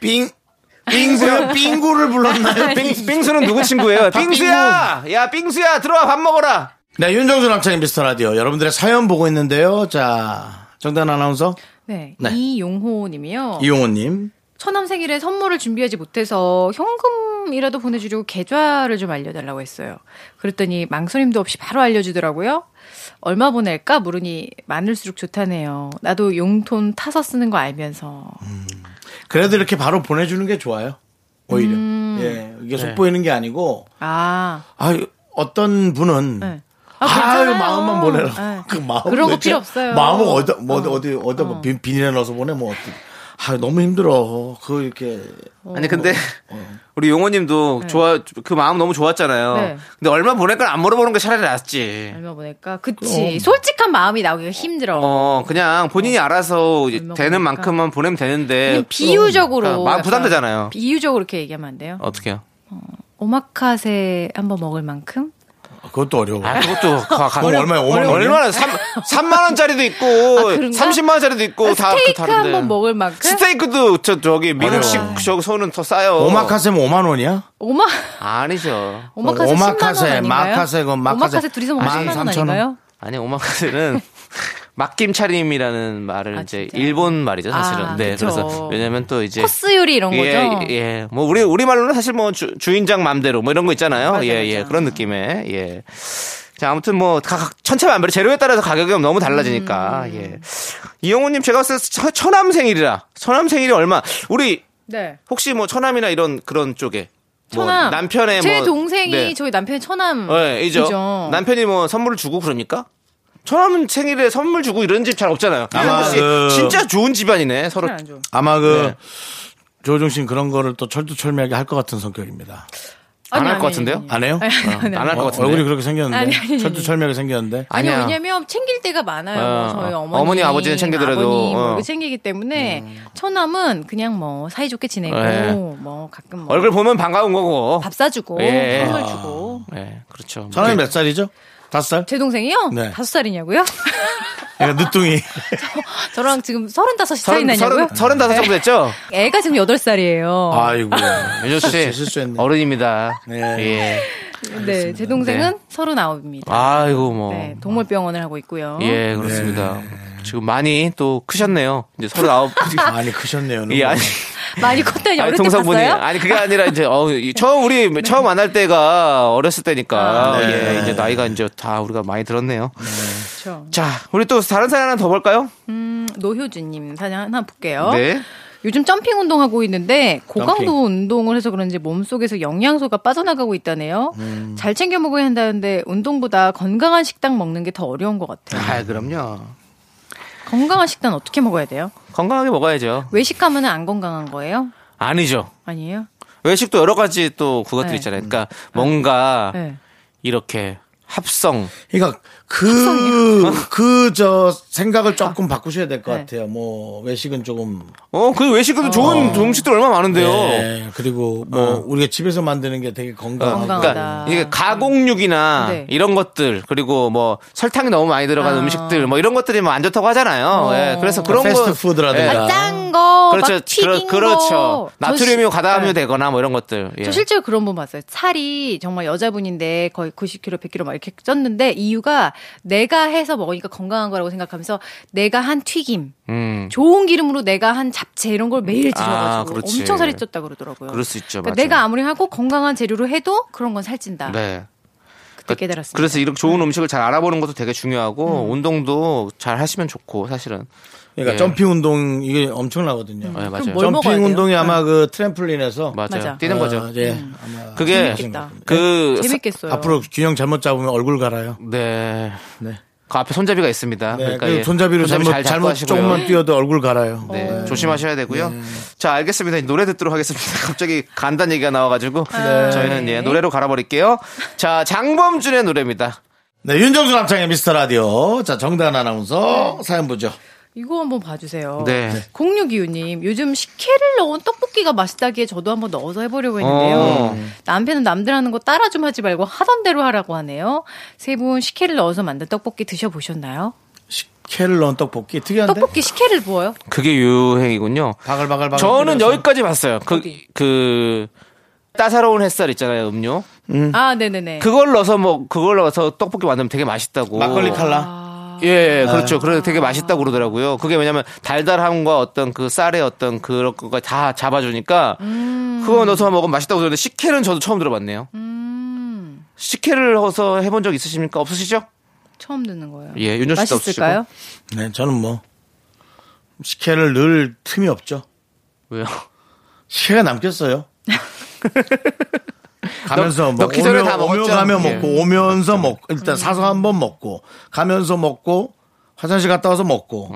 빙 빙구요? 빙구를 불렀나요?
빙, 빙수는 누구
아,
친구예요? 빙수야! 야, 빙수야! 들어와 밥 먹어라!
네, 윤정수 남창인 미스터 라디오 여러분들의 사연 보고 있는데요. 자, 정단 아나운서
네.
네.
이용호 님이요.
이용호님.
처남 생일에 선물을 준비하지 못해서 현금이라도 보내주려고 계좌를 좀 알려달라고 했어요. 그랬더니 망설임도 없이 바로 알려주더라고요. 얼마 보낼까 물으니 많을수록 좋다네요. 나도 용돈 타서 쓰는 거 알면서
음.
그래도 이렇게 바로 보내주는 게 좋아요. 오히려.
음.
예, 이게 속보이는 게 아니고,
아,
아 어떤 분은
네. 아,
아유
괜찮아요.
마음만 보내라고
네.
그 마음
그런 거
도대체
필요 없어요.
마음을 어디 뭐 어디 어디 어디 뭐 비- 비닐에 넣어서 보내 뭐 어떻게 아 너무 힘들어 그 이렇게
아니, 근데, 우리 용호님도 좋아, 그 마음 너무 좋았잖아요.
어. 네. 음.
근데 얼마 보낼 걸 안 물어보는 게 차라리 낫지.
얼마 보낼까? 그치. 솔직한 마음이 나오기가 힘들어.
어, 그냥 본인이 알아서 이제
얼마
되는
보낼까?
만큼만 보내면 되는데.
그냥 비유적으로.
아, 예, 마음 부담되잖아요.
약간 비유적으로 이렇게 얘기하면 안 돼요?
어떻게요?
오마카세 한번 먹을 만큼?
그것도 어려워.
아, 그것도 가, 가,
그건 뭐. 얼마예요? 오만 원이요?
얼마나 3, 만 원짜리도 있고
아, 그런가?
30만 원짜리도 있고 다
아, 스테이크
그 다른데.
한번 먹을 만큼?
스테이크도 저 저기 미국식 저기 소는 더 싸요.
오마카세면 5만 원이야?
오마
아니죠.
오마카세
오마카세,
10만 원 아닌가요?
마카세, 그건 마카세.
오마카세 둘이서 먹으면 10만 원
13,000원.
아닌가요?
아니 오마카세는 막김 차림이라는 말을
아,
이제
진짜요?
일본 말이죠 사실은.
아,
네,
그쵸.
그래서 왜냐면 또 이제
코스 요리 이런
예,
거죠?
예. 뭐 우리 우리 말로는 사실 뭐 주, 주인장 맘대로 뭐 이런 거 있잖아요.
맞아요,
예, 예.
맞아요.
그런 느낌의 예. 자, 아무튼 뭐 각각 천차만별 재료에 따라서 가격이 너무 달라지니까.
음.
예. 이영호 님 제가 봤을 때 처- 처남 생일이라. 처남 생일이 얼마? 우리
네.
혹시 뭐 처남이나 이런 그런 쪽에 뭐
처남.
남편의
제
뭐
동생이
네.
저희 남편의 처남.
예, 이죠.
그죠?
남편이 뭐 선물을 주고 그러니까? 처남 생일에 선물 주고 이런 집 잘 없잖아요.
아마
이런 곳이
그-
진짜 좋은 집안이네. 서로
안 줘.
아마 그
네.
조종 씨는 그런 거를 또 철두철미하게 할 것 같은 성격입니다.
안
아니,
할 것
아니,
같은데요?
아니,
안 해요?
안 할 것
어,
같은데.
얼굴이 그렇게 생겼는데
아니, 아니, 아니.
철두철미하게 생겼는데
아니요,
아니야.
왜냐면 챙길 때가 많아요.
어,
저희
어.
어머니,
어머니, 아버지는 챙기더라도,
아버님 뭐
어. 음.
이렇게 챙기기 때문에 처남은 그냥 뭐 사이좋게 지내고
네.
뭐 가끔 뭐
얼굴 보면 반가운 거고.
밥 사주고
예.
선물 주고.
네, 그렇죠.
사람이 몇 살이죠? 다섯 살?
제 동생이요?
네.
다섯 살이냐고요?
얘가 늦둥이.
저랑 지금 서른다섯 차이
서른
나냐고요?
서른 서른 다섯 정도 됐죠?
애가 지금 여덟 살이에요.
아이고.
윤조 씨
네. 실수했네.
어른입니다. 예.
네, 제 동생은 서른아홉입니다.
아이고 뭐.
네, 동물병원을 하고 있고요.
예, 그렇습니다.
네.
지금 많이 또 크셨네요. 이제 서른아홉.
많이 크셨네요.
예, 아니,
많이
아니
컸다니 어릴 때
동성분이
봤어요?
아니 그게 아니라 이제 어, 이 처음 우리 처음 만날 때가 어렸을 때니까
아,
예,
네.
이제 나이가 이제 다 우리가 많이 들었네요.
그렇죠.
자, 우리 또 다른 사연 하나 더 볼까요?
음, 노효주님 사연 하나 볼게요.
네.
요즘 점핑 운동하고 있는데 고강도 운동을 해서 그런지 몸속에서 영양소가 빠져나가고 있다네요.
음.
잘 챙겨 먹어야 한다는데 운동보다 건강한 식단 먹는 게 더 어려운 것 같아요.
아, 그럼요.
건강한 식단 어떻게 먹어야 돼요?
건강하게 먹어야죠.
외식하면 안 건강한 거예요?
아니죠.
아니에요?
외식도 여러 가지 또 그것들
네.
있잖아요. 그러니까 뭔가
네.
이렇게 합성.
그러니까 그, 그, 저, 생각을 조금 바꾸셔야 될 것
네.
같아요. 뭐, 외식은 조금.
어, 그 외식도 좋은 음식들 얼마 나 많은데요.
네, 그리고 뭐, 우리가 집에서 만드는 게 되게 건강하고.
건강하다.
그러니까 이게 가공육이나
네.
이런 것들 그리고 뭐 설탕이 너무 많이 들어간
아.
음식들 뭐 이런 것들이 뭐 안 좋다고 하잖아요. 예, 그래서 그런 거 예,
패스트푸드라든가.
아, 짠 거,
그렇죠.
막 튀긴
그렇, 죠
거.
나트륨이
저 시-
과다함유
네.
되거나 뭐 이런 것들. 예.
저 실제로 그런 분 봤어요. 살이 정말 여자분인데 거의 90kg, 100kg 막 이렇게 쪘는데 이유가 내가 해서 먹으니까 건강한 거라고 생각하면서 내가 한 튀김,
음. 아,
좋은 기름으로 내가 한 잡채 이런 걸 매일 드셔가지고
그렇지.
엄청 살이 쪘다 그러더라고요.
그럴 수 있죠.
그러니까
맞아요.
내가 아무리 하고 건강한 재료로 해도 그런 건 살찐다.
네.
아, 그때 깨달았습니다. 네. 음.
그래서 이렇게 좋은 음식을 잘 알아보는 것도 되게 중요하고 운동도 잘 하시면 좋고 사실은.
그러니까
예.
점핑 운동, 이게 엄청나거든요.
네, 맞아요. 네.
그럼 뭘 먹어야
점핑
돼요?
운동이 아마 그 트램플린에서.
맞아요.
맞아. 음.
뛰는
어,
거죠. 음.
예. 아마
그게
재밌겠다. 네,
그
재밌겠어요.
앞으로 균형 잘못 잡으면 얼굴 갈아요.
네.
네.
그 앞에 손잡이가 있습니다.
네,
그러니까
그
예,
손잡이로 잘못,
손잡이 잘 잡고
잘못
하시고요.
조금만 네. 뛰어도 얼굴 갈아요.
네, 조심하셔야 되고요. 자, 알겠습니다. 이제 노래 듣도록 하겠습니다. 갑자기 간단 얘기가 나와가지고
아,
저희는
네.
예, 노래로 갈아버릴게요. 자, 장범준의 노래입니다.
네, 윤정수 남창의 미스터 라디오. 자, 정단 아나운서 사연 보죠.
이거 한번 봐주세요.
네.
0625님, 요즘 식혜를 넣은 떡볶이가 맛있다기에 저도 한번 넣어서 해보려고 했는데요.
어.
남편은 남들 하는 거 따라 좀 하지 말고 하던 대로 하라고 하네요. 세 분 식혜를 넣어서 만든 떡볶이 드셔보셨나요?
식- 캐를 넣은 떡볶이 특이한데
떡볶이 식혜를 부어요.
그게 유행이군요.
바글바글바글
저는
끓여서.
여기까지 봤어요. 그, 그, 따사로운 햇살 있잖아요, 음료.
아, 네네네.
그걸 넣어서 뭐, 그걸 넣어서 떡볶이 만들면 되게 맛있다고.
막걸리 칼라
예, 예, 그렇죠. 그래서 되게 맛있다고 그러더라고요. 그게 왜냐면 달달함과 어떤 그 쌀의 어떤 그런 거가 다 잡아주니까 그거 넣어서 먹으면 맛있다고 그러는데 식혜는 저도 처음 들어봤네요. 식혜를 넣어서 해본 적 있으십니까? 없으시죠?
처음 듣는 거예요.
예, 윤정 씨도
맛있을까요?
네 저는 뭐 식혜를 늘 틈이 없죠
왜요?
식혜가 남겼어요 가면서 뭐
넣- 넣기 전에 다 먹었죠.
오며 가며
예. 음.
먹고 오면서 먹고 일단 사서 한 번 먹고 가면서 먹고 화장실 갔다 와서 먹고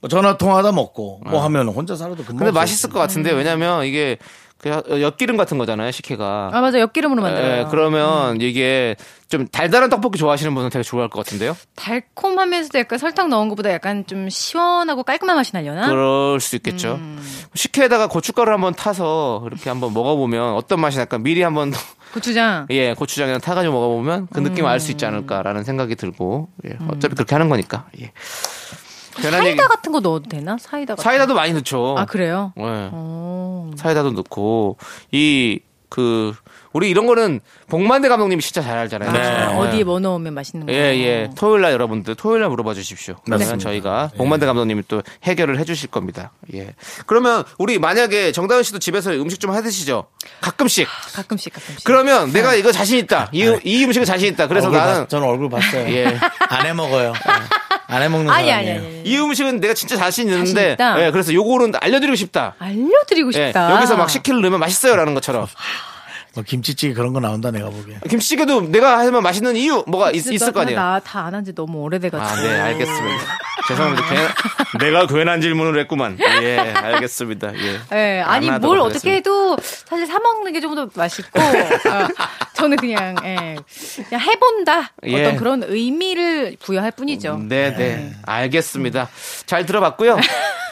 뭐 전화 통화하다 먹고 뭐 하면 혼자 살아도 금방
아. 근데
없어요.
맛있을 것
음.
같은데 왜냐면 이게 그 엿기름 같은 거잖아요, 식혜가.
아, 맞아. 엿기름으로 만들어요. 음.
예, 그러면 이게 좀 달달한 떡볶이 좋아하시는 분은 되게 좋아할 것 같은데요?
달콤하면서도 약간 설탕 넣은 것보다 약간 좀 시원하고 깔끔한 맛이 나려나?
그럴 수 있겠죠.
음.
식혜에다가 고춧가루 한번 타서 이렇게 한번 먹어보면 어떤 맛이 날까 미리 한번
고추장.
예 고추장이랑 타가지고 먹어보면 그 느낌 을 알 수
음.
있지 않을까라는 생각이 들고 예, 어차피 그렇게 하는 거니까. 예. 괜한 얘기-
사이다 같은 거 넣어도 되나? 사이다
네.
같은
사이다도 많이 넣죠.
거. 아, 그래요?
예.
오.
사이다도 넣고 이 그 우리 이런 거는 복만대 감독님이 진짜 잘 알잖아요.
아,
예.
어디에 어. 뭐 넣으면 맛있는 거예요?
예, 예. 토요일 날 여러분들, 토요일 날 물어봐 주십시오. 그러면 저희가
네.
복만대 감독님이 또 해결을 해 주실 겁니다. 예. 그러면 우리 만약에 정다은 씨도 집에서 음식 좀 해드시죠. 가끔씩.
가끔씩 가끔씩.
그러면 내가 이거 자신 있다. 이,
네.
이 음식은 자신 있다.
어,
그래서
얼굴
나는.
봤- 저는 얼굴 봤어요
예.
안 해 먹어요 안 해 먹는
아니,
사람이에요
아니, 아니, 아니.
이 음식은 내가 진짜 자신
자신
있는데.
있다?
예, 그래서 요거는 알려드리고 싶다.
알려드리고
예,
싶다. 아.
여기서 막 식혜를 넣으면 맛있어요. 라는 것처럼.
뭐 김치찌개 그런 거 나온다 내가 보기에
김치찌개도 내가 하면 맛있는 이유 뭐가 있, 을거 아니에요.
나다 안 한 지 너무 오래돼가지고.
아, 네, 알겠습니다. 죄송합니다. 괜- 내가 괜한 질문을 했구만. 예, 알겠습니다. 예.
예, 아니
안 하도록
뭘 어떻게
하겠습니다.
해도 사실 사 먹는 게 좀 더 맛있고 어, 저는 그냥 예, 그냥 해본다
예.
어떤 그런 의미를 부여할 뿐이죠.
네, 네. 알겠습니다. 잘 들어봤고요.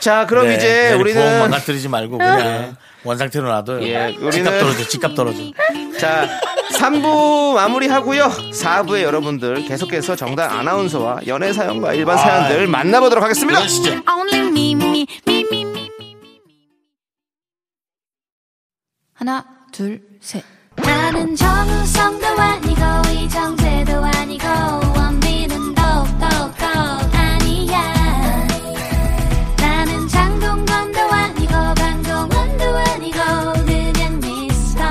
자, 그럼
네,
이제
내일 부엌
우리는
망가뜨리지 말고 그냥 원상태로 놔둬요
예,
집값
우리는
떨어져 집값 떨어져
자, 3부 마무리하고요. 4부에 여러분들 계속해서 정당 아나운서와 연애 사연과 일반 사연들 만나보도록 하겠습니다.
네,
Only me, me, me, me, me.
하나, 둘, 셋.
나는 정우성도 아니고 이정재도 아니고 원빈은 더욱더 아니야 나는 장동건도 아니고 방종원도 아니고 그냥 미스터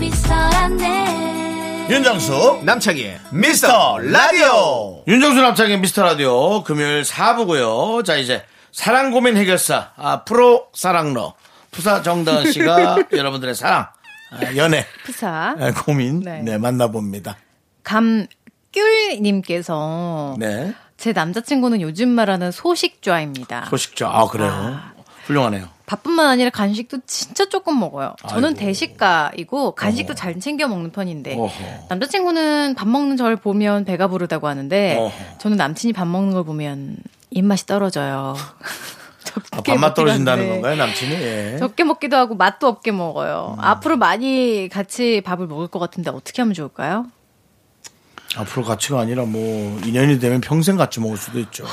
미스터란데
윤정수 남창희의 미스터 라디오 윤정수 남창희의 미스터 라디오 금요일 4부고요 자 이제 사랑 고민 해결사 아, 프로 사랑러 푸사 정다은 씨가 여러분들의 사랑 아, 연애
프사
아, 고민
네.
네, 만나봅니다
감귤님께서
네
제 남자친구는 요즘 말하는 소식좌입니다.
소식자 아 그래요 훌륭하네요
밥뿐만 아니라 간식도 진짜 조금 먹어요. 저는 대식가이고 간식도 잘 챙겨 먹는 편인데
어허.
남자친구는 밥 먹는 저를 보면 배가 부르다고 하는데
어허.
저는 남친이 밥 먹는 걸 보면 입맛이 떨어져요.
아,
적게
밥맛
먹기도
떨어진다는
한데
건가요 음. 남친이 예.
적게 먹기도 하고 맛도 없게 먹어요. 앞으로 많이 같이 밥을 먹을 것 같은데 어떻게 하면 좋을까요?
앞으로 가치가 아니라 뭐 인연이 되면 평생 같이 먹을 수도 있죠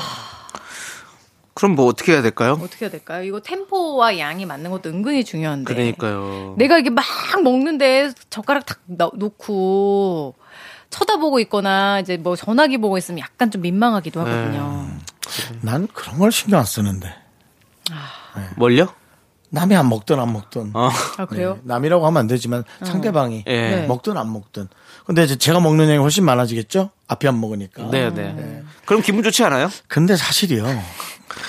그럼 뭐 어떻게 해야 될까요?
어떻게 해야 될까요? 이거 템포와 양이 맞는 것도 은근히 중요한데.
그러니까요.
내가 이게 막 먹는데 젓가락 탁 넣- 놓고 쳐다보고 있거나 이제 뭐 전화기 보고 있으면 약간 좀 민망하기도 하거든요.
네.
난 그런 걸 신경 안 쓰는데
뭘요?
남이 안 먹든 안 먹든
어.
아 그래요? 어.
네, 남이라고 하면 안 되지만 상대방이
예.
네.
먹든 안 먹든 근데 이제 제가 먹는 양이 훨씬 많아지겠죠 앞이 안 먹으니까
네, 네. 그럼 기분 좋지 않아요?
근데 사실이요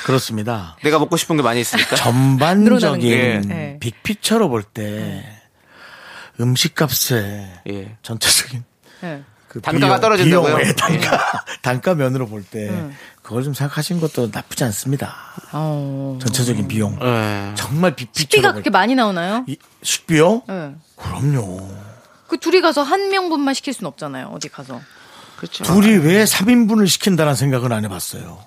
그렇습니다
내가 먹고 싶은 게 많이 있으니까.
늘어나는 네.
전반적인
게.
예.
빅피처로 볼 때 음식값에
예.
전체적인
네.
그
단가가
비용-
떨어진다고요? 예.
비용의 단가 단가 면으로 볼 때
음.
그걸 좀 생각하신 것도 나쁘지 않습니다.
어.
전체적인 비용
예.
정말 빅피처로
식비가
볼
그렇게 많이 나오나요?
이- 식비요?
네.
그럼요.
그 둘이 가서 한 명분만 시킬 순 없잖아요. 어디 가서.
그렇죠.
둘이 왜 3인분을 시킨다는 생각은 안 해봤어요.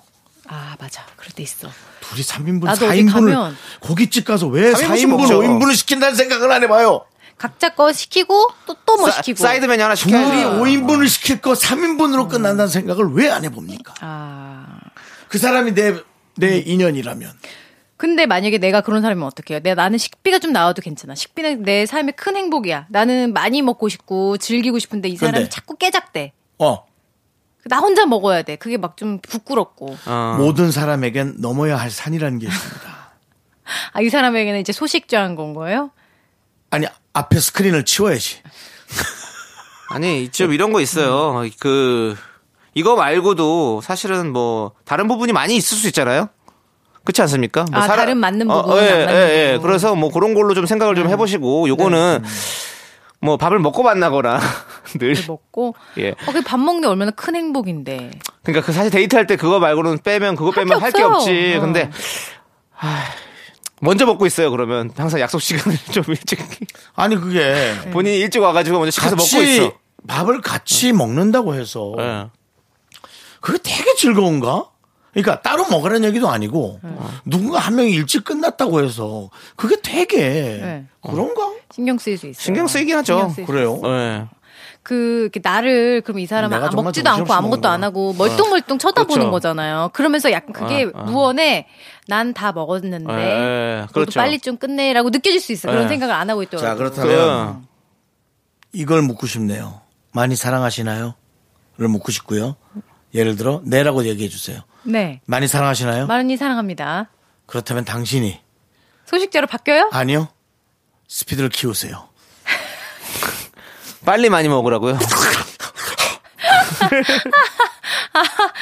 아 맞아. 그럴 때 있어.
둘이 3인분,
나도 어디
4인분을
가면-
고깃집 가서 왜 4인분,
먹죠.
5인분을 시킨다는 생각을 안 해봐요.
각자 거 시키고 또 또 뭐
사-
시키고.
사이드 메뉴 하나
그러니까
둘이
시켜야지.
5인분을 시킬 거 3인분으로 끝난다는 생각을 왜 안 해봅니까?
아
그 사람이 내, 내 인연이라면.
근데 만약에 내가 그런 사람이면 어떡해요? 내가 나는 식비가 좀 나와도 괜찮아. 식비는 내 삶의 큰 행복이야. 나는 많이 먹고 싶고 즐기고 싶은데 이 사람이
근데?
자꾸 깨작대.
어.
나 혼자 먹어야 돼. 그게 막 좀 부끄럽고.
아.
어.
모든 사람에겐 넘어야 할 산이라는 게 있습니다.
아, 이 사람에게는 이제 소식자한 건 거예요?
아니, 앞에 스크린을 치워야지.
아니 좀 이런 거 있어요. 그 이거 말고도 사실은 뭐 다른 부분이 많이 있을 수 있잖아요. 그렇지 않습니까? 뭐
아, 다른 맞는 부분,
예,
안
예,
맞는
예.
부분. 네.
그래서 뭐 그런 걸로 좀 생각을 좀 해보시고 요거는 뭐 밥을 먹고 만나거나 늘
이렇게 먹고.
예.
어, 그 밥 먹는 게 얼마나 큰 행복인데.
그러니까 그 사실 데이트할 때 그거 말고는 빼면 그거
할게
빼면 할 게
없어요.
없지.
어.
근데 아, 먼저 먹고 있어요. 그러면 항상 약속 시간을 좀 일찍
아니, 그게.
네.
본인이 일찍 와가지고 먼저 시켜서 먹고
같이 네.
있어.
밥을 같이 먹는다고 해서.
예.
그게 되게 즐거운가? 그러니까 따로 먹으라는 얘기도 아니고
네.
누군가 한 명이 일찍 끝났다고 해서 그게 되게
네.
그런가?
신경 쓰일 수 있어요.
신경 쓰이긴 하죠.
신경 쓰일 수
그래요?
예.
그 이렇게 나를 그럼 이 사람은
내가
안
정말
먹지도 않고
정신없이
아무것도 안
먹는구나.
하고 멀뚱멀뚱 쳐다보는
그렇죠.
거잖아요. 그러면서 약간 그게
어, 어.
무언에 난 다 먹었는데
예, 예,
너도
그렇죠.
빨리 좀 끝내라고 느껴질 수 있어. 그런
예.
생각을 안 하고 있더라고.
자
요
그렇다면 이걸 묻고 싶네요. 많이 사랑하시나요? 를 묻고 싶고요. 예를 들어 네라고 얘기해 주세요.
네.
많이 사랑하시나요?
마른이 사랑합니다.
그렇다면 당신이
소식자로 바뀌어요?
아니요 스피드를 키우세요.
빨리 많이 먹으라고요.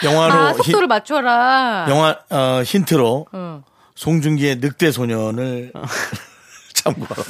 영화로
아,
히-
속도를 맞춰라.
영화 어, 힌트로
응.
송중기의 늑대 소년을
어.
참고하라고.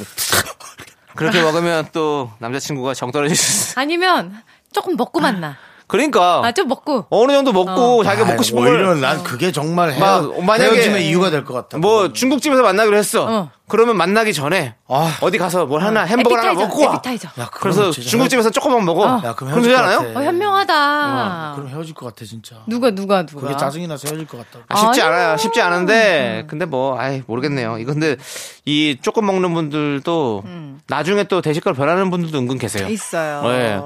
그렇게 먹으면 또 남자친구가 정 떨어질 수 있어.
아니면 조금 먹고 만나.
그러니까
아, 좀 먹고.
어느 정도 먹고 자기가 먹고 싶은
오히려 뭐
걸.
난 그게 정말 헤
막 만약에
헤어짐의 이유가 될 것 같아.
뭐 중국집에서 만나기로 했어.
어.
그러면 만나기 전에
아.
어디 가서 뭘 하나 햄버거 하나
에피타이저,
먹고 와.
에피타이저.
야, 그럼
그래서
진짜
중국집에서 조금만 먹어.
야, 그럼
그럼
헤어질 것
되잖아요.
같아.
어, 현명하다.
그럼 헤어질 것 같아 진짜.
누가 누가 누가.
그게 짜증이 나서 헤어질 것 같다.
아, 쉽지
아니요.
않아요. 쉽지 않은데
음.
근데 뭐 아이 모르겠네요. 이거 근데 이 조금 먹는 분들도
음.
나중에 또 대식가로 변하는 분들도 은근 계세요.
있어요.
예.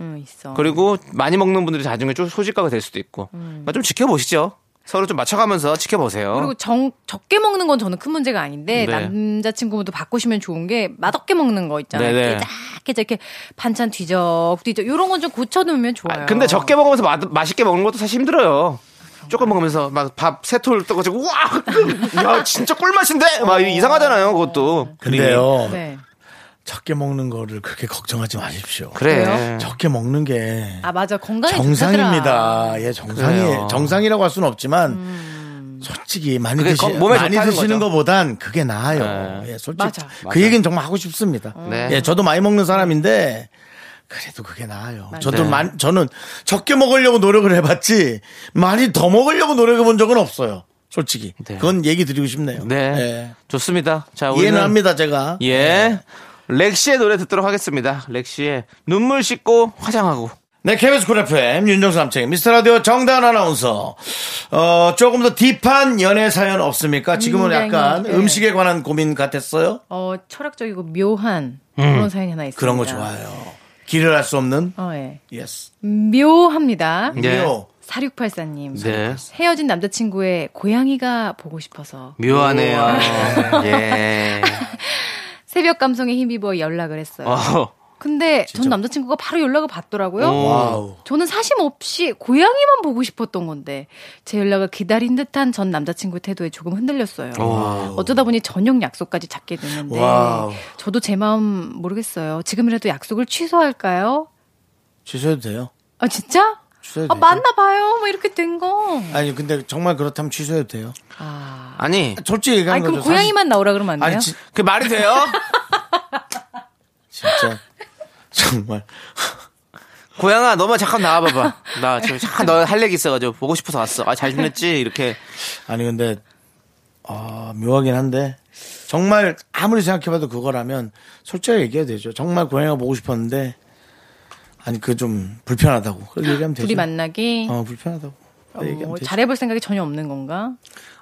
응, 있어.
아, 그리고 많이 먹는 분들이 나중에 좀 소식가가 될 수도 있고. 그러니까 좀 지켜보시죠. 서로 좀 맞춰가면서 지켜보세요.
음. 그리고 정, 적게 먹는 건 저는 큰 문제가 아닌데
네.
남자친구분도 바꾸시면 좋은 게 맛없게 먹는 거
네,
있잖아요.
네.
깨작 깨작 이렇게 반찬 뒤적 뒤적 이런 건 좀 고쳐놓으면 좋아요.
아, 근데 적게 먹으면서 마, 맛있게 먹는 것도 사실 힘들어요. 조금 먹으면서 막 밥 세톨 떠가지고 우와 야 진짜 꿀맛인데
어.
막 이상하잖아요 그것도
근데요
네.
적게 먹는 거를 그렇게 걱정하지 마십시오.
그래
적게 먹는 게
아 맞아 건강에 좋다더라.
정상입니다. 예, 정상이
그래요.
정상이라고 할 수는 없지만
음.
솔직히 많이
그게
드시
거- 몸에
많이
좋다는
드시는
거죠.
것보단 그게 나아요.
네.
예, 솔직히
맞아. 어.
그 얘기는 정말 하고 싶습니다.
네.
예, 저도 많이 먹는
네.
사람인데 그래도 그게 나아요. 저도
네.
만, 저는 적게 먹으려고 노력을 해봤지 많이 더 먹으려고 노력해본 적은 없어요. 솔직히
네.
그건 얘기 드리고 싶네요.
네
예.
좋습니다 자
이해는
우리는
합니다, 네. 제가.
예 렉시의 노래 듣도록 하겠습니다 렉시의 눈물 씻고 화장하고
네, KBS 쿨 FM, 윤정수 남창희, 미스터 라디오 정다은 아나운서. 어, 조금 더 딥한 연애 사연 없습니까? 지금은
굉장히,
약간
네.
음식에 관한 고민 같았어요?
어 철학적이고 묘한 그런 사연이 하나 있습니다.
그런 거 좋아요. 길을 알 수 없는?
어, 예.
예스.
묘합니다.
네.
요.
4684님.
네.
헤어진 남자친구의 고양이가 보고 싶어서
묘하네요 예
새벽 감성에 힘입어 연락을 했어요.
아.
어,
근데 전 남자친구가 바로 연락을 받더라고요.
와우.
저는 사심 없이 고양이만 보고 싶었던 건데 제 연락을 기다린 듯한 전 남자친구 의 태도에 조금 흔들렸어요. 어쩌다 보니 저녁 약속까지 잡게 됐는데
와우.
저도 제 마음 모르겠어요. 지금이라도 약속을 취소할까요?
취소해도 돼요?
아 진짜?
취소해도
아
돼요?
맞나 봐요. 뭐 이렇게 된 거.
아니, 근데 정말 그렇다면 취소해도 돼요?
아,
아니
솔직히 얘기하는
아니 그럼
거죠. 사실-
고양이만 나오라 그러면 안 돼요?
아니, 지-
그 말이 돼요
진짜. 정말.
고양아 너만 잠깐 나와봐봐 나 지금 잠깐 너 할 얘기 있어가지고 보고 싶어서 왔어 아 잘 지냈지 이렇게
아니, 근데, 아, 묘하긴 한데. 정말 아무리 생각해봐도 그거라면 솔직하게 얘기해야 되죠. 정말 고양이가 보고 싶었는데 아니 그 좀 불편하다고 그렇게 얘기하면 되죠.
둘이 만나기.
어 불편하다고. 그 얘기하면 되지.
잘해볼 생각이 전혀 없는 건가?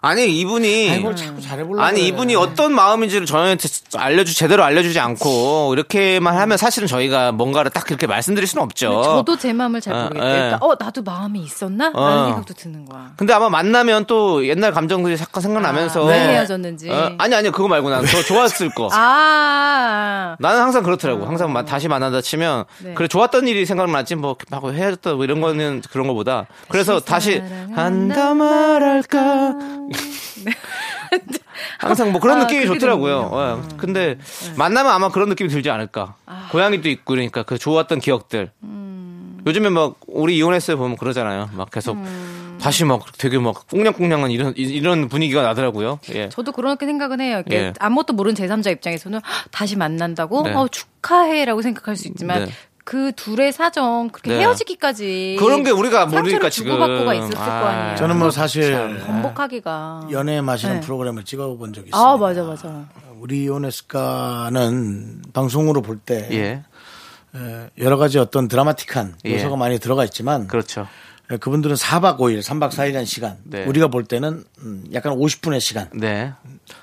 아니 이분이
뭘 자꾸 잘해보려고
아니
그래.
이분이 어떤 마음인지를 저희한테 알려주 제대로 알려주지 않고 이렇게만 하면 사실은 저희가 뭔가를 딱 그렇게 말씀드릴 수는 없죠.
저도 제 마음을 잘
어. 아,
모르겠대요.
예.
그러니까 어 나도 마음이 있었나? 라는
어.
생각도 드는 거야.
근데 아마 만나면 또 옛날 감정들이 잠깐 생각나면서
아, 왜 헤어졌는지.
어, 아니 아니 그거 말고 난 더 좋았을 거.
아,
나는 항상 그렇더라고. 항상 마- 다시 만나다 치면
네.
그래 좋았던 일이 생각나지 뭐막 헤어졌다 뭐 이런 거는 그런 거보다 그래서 다시
사랑한다 네.
한다 말할까 항상 뭐 그런
아,
느낌이
그게 음. 네.
좋더라고요. 예. 근데 만나면 아마 그런 느낌이 들지 않을까.
아.
고양이도 있고 그러니까 그 좋았던 기억들.
음.
요즘에 막 우리 이혼했어요 보면 그러잖아요. 막 계속
음.
다시 막 되게 막 꽁냥꽁냥한 이런 이- 이런 분위기가 나더라고요. 예.
저도 그렇게 생각은 해요. 이렇게
예.
아무것도 모르는 제3자 입장에서는 헉, 다시 만난다고
네.
어, 축하해라고 생각할 수 있지만
네.
그 둘의 사정 그렇게
네.
헤어지기까지
그런 게 우리가 모르니까
상처를
지금.
주고받고가 있었을
아.
거 아니에요.
저는 뭐 사실
번복하기가
연애의 맛이라는
네.
프로그램을 찍어본 적이 있어요.
아 맞아 맞아.
우리 이혼했을까는 방송으로 볼 때
네.
예.
여러 가지 어떤 드라마틱한
예.
요소가 많이 들어가 있지만
그렇죠.
예, 그분들은 4박 5일, 3박 4일이라는 시간
네.
우리가 볼 때는 음, 약간 50분의 시간
네.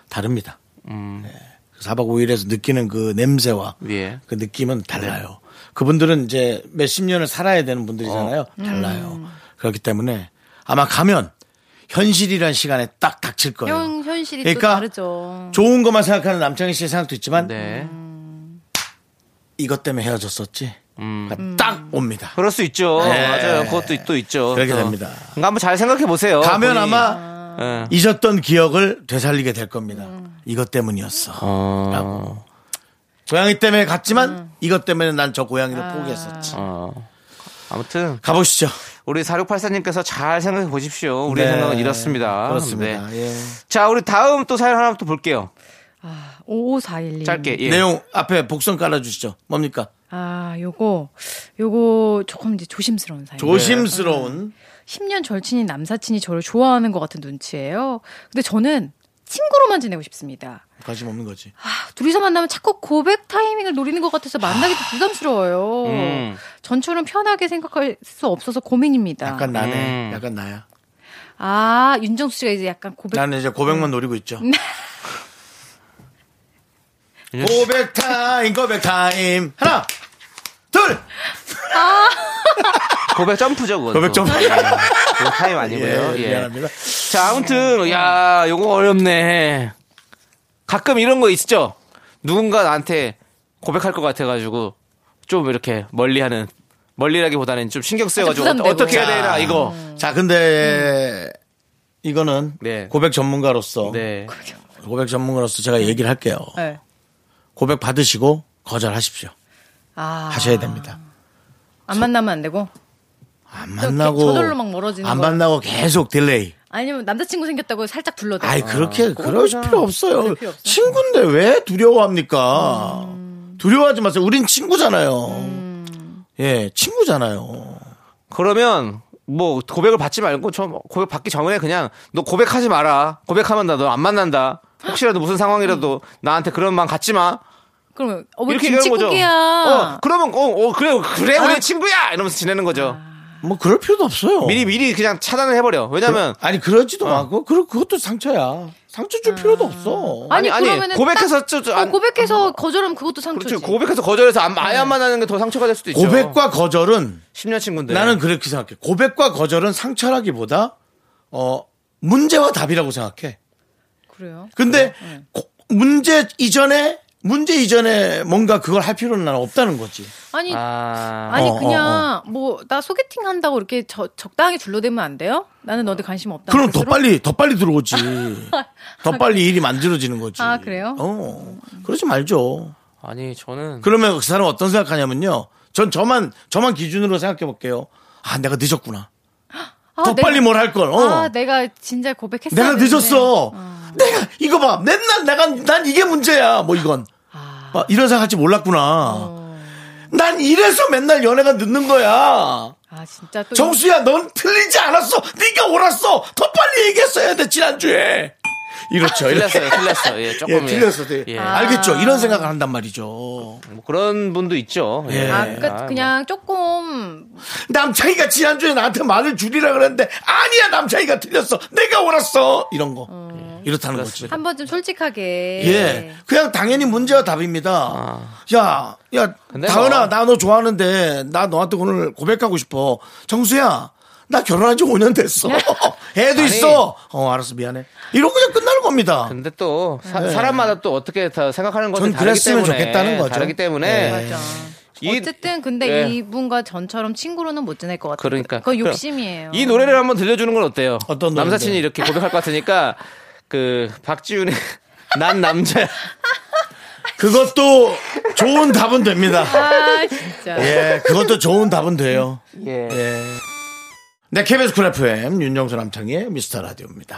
다릅니다. 예. 4박 5일에서 느끼는 그 냄새와
음. 예. 네.
그 느낌은 달라요. 그분들은 이제 몇십 년을 살아야 되는 분들이잖아요.
어.
달라요.
음.
그렇기 때문에 아마 가면 현실이란 시간에 딱 닥칠 거예요.
현, 현실이
그러니까
또 다르죠.
좋은 것만 생각하는 남창희 씨의 생각도 있지만
네.
음.
이것 때문에 헤어졌었지.
음.
그러니까 딱
음.
옵니다.
그럴 수 있죠.
네.
맞아요. 그것도 또 있죠.
그렇게
또.
됩니다.
그러니까 한번 잘 생각해 보세요.
가면
본인이.
아마
예.
잊었던 기억을 되살리게 될 겁니다.
음.
이것 때문이었어.
어.
라고. 고양이 때문에 갔지만
음.
이것 때문에 난 저 고양이를
아.
포기했었지.
어. 아무튼
가보시죠.
우리 4684님께서 잘 생각해 보십시오. 우리의
네.
생각은 이렇습니다.
그렇습니다.
네.
예.
자, 우리 다음 또 사연 하나 또 볼게요.
5541님.
짧게. 예.
내용 앞에 복선 깔아주시죠. 뭡니까?
아, 요거, 요거 조금 이제 조심스러운 사연.
조심스러운
네.
10년 절친인 남사친이 저를 좋아하는 것 같은 눈치예요. 근데 저는 친구로만 지내고 싶습니다.
관심 없는 거지.
아, 둘이서 만나면 자꾸 고백 타이밍을 노리는 것 같아서 만나기도 부담스러워요.
음.
전처럼 편하게 생각할 수 없어서
아,
고민입니다.
약간 나네.
음.
약간 나야.
아, 윤정수 씨가 이제 약간 고백.
나는 이제 고백만 노리고 있죠.
윤정 씨.
고백 타임, 고백 타임. 하나, 둘.
고백 점프죠, 그거.
고백 점프.
그거 타임 아니고요.
예,
예.
미안합니다.
자, 아무튼 야, 요거 어렵네. 가끔 이런 거 있죠. 누군가 나한테 고백할 것 같아 가지고 좀 이렇게 멀리하는 멀리라기보다는 좀 신경 쓰여 가지고
아, 부담되고. 음.
어떻게 해야 되나 이거.
자, 근데 이거는
네.
고백 전문가로서
네.
고백 전문가로서 제가 얘기를 할게요.
네.
고백 받으시고 거절하십시오.
아,
하셔야 됩니다.
안 만나면 안 되고.
안 만나고
저절로 막 멀어지는
안
거.
만나고 계속 딜레이.
아니면 남자친구 생겼다고 살짝 둘러대고.
아이 그렇게 그럴 필요 없어요.
그럴 필요 음. 없어.
친구인데 왜 두려워합니까? 두려워하지 마세요. 우린 친구잖아요.
음.
예, 친구잖아요.
그러면 뭐 고백을 받지 말고 저 고백 받기 전에 그냥 너 고백하지 마라. 고백하면 나 너 안 만난다. 혹시라도 무슨 상황이라도 나한테 그런 마음 갖지 마.
그러면 어, 우리
이렇게 얘기하는 거죠.
김치국이야. 아.
어, 그러면 어, 어 그래 그래 우리 친구야 이러면서 지내는 거죠.
뭐 그럴 필요도 없어요.
미리 어. 미리 그냥 차단을 해버려. 왜냐면
아니 그러지도 말고 그 그것도 상처야. 상처 줄 필요도 없어.
아. 아니,
아니,
그러면은
고백해서
딱-
저- 저
어,
안-
고백해서 거절하면 그것도 상처지.
그렇죠. 고백해서 거절해서 안, 아예 안 만나는 게 더 상처가 될
그렇죠.
수도 있죠.
음. 고백과 거절은
10년 친구인데.
나는 그렇게 생각해. 고백과 거절은 상처라기보다 어 문제와 답이라고 생각해.
그래요. 네.
근데 고- 문제 이전에 문제 이전에 뭔가 그걸 할 필요는 나는 없다는 거지.
아니
아,
아니
어, 어,
그냥 뭐 나 소개팅 한다고 이렇게 저- 적당히 둘러대면 안 돼요? 나는 너한테 관심 없다.
그럼 더
스스로?
빨리 더 빨리 들어오지. 더 빨리 일이 만들어지는 거지.
아, 그래요?
어 그러지 말죠.
아니 저는
그러면 그 사람 어떤 생각하냐면요. 전 저만 저만 기준으로 생각해 볼게요. 아 내가 늦었구나.
아,
더
내가-
빨리 뭘 할 걸. 어.
아 내가 진짜 고백했어.
내가 늦었어. 내가 이거 봐. 맨날 내가 난 이게 문제야. 뭐 이건 아, 어. 이런 생각할지 몰랐구나. 난 이래서 맨날 연애가 늦는 거야.
아 진짜 또
정수야, 넌 틀리지 않았어. 네가 옳았어. 더 빨리 얘기했어야 돼 지난주에. 이렇죠. 이렇게.
틀렸어요, 틀렸어. 예, 조금.
예, 틀렸어. 요
예.
알겠죠. 이런 생각을 한단 말이죠.
뭐 그런 분도 있죠. 예.
아, 그러니까 그냥 조금
남창이가 지난주에 나한테 말을 줄이라 그랬는데 아니야 남창이가 틀렸어. 내가 옳았어. 이런 거. 이렇다는 거지.
한 번 좀 솔직하게.
예. 그냥 당연히 문제와 답입니다. 야, 야,
아. 근데
다은아,
뭐-
나 너 좋아하는데, 나 너한테 오늘 고백하고 싶어. 정수야, 나 결혼한 지 5년 됐어. 애도 있어. 어, 알았어, 미안해. 이러고 그냥 끝나는 겁니다.
근데 또 사, 람마다또 어떻게 다 생각하는 것이
예. 전
다르기
그랬으면
때문에
좋겠다는 거죠. 예.
다르기 때문에
맞아.
이-
그렇죠. 어쨌든 근데
예.
이분과 전처럼 친구로는 못 지낼 것 같아요.
그러니까
그거 욕심이에요.
이 노래를 한번 들려주는 건 어때요?
어떤 노래인데요?
남사친이 이렇게 고백할 것 같으니까 그 박지윤의 난 남자.
그것도 좋은 답은 됩니다.
아 진짜.
예, 그것도 좋은 답은 돼요.
예.
네, KBS 쿨 FM, 윤정수 남창의 미스터 라디오입니다.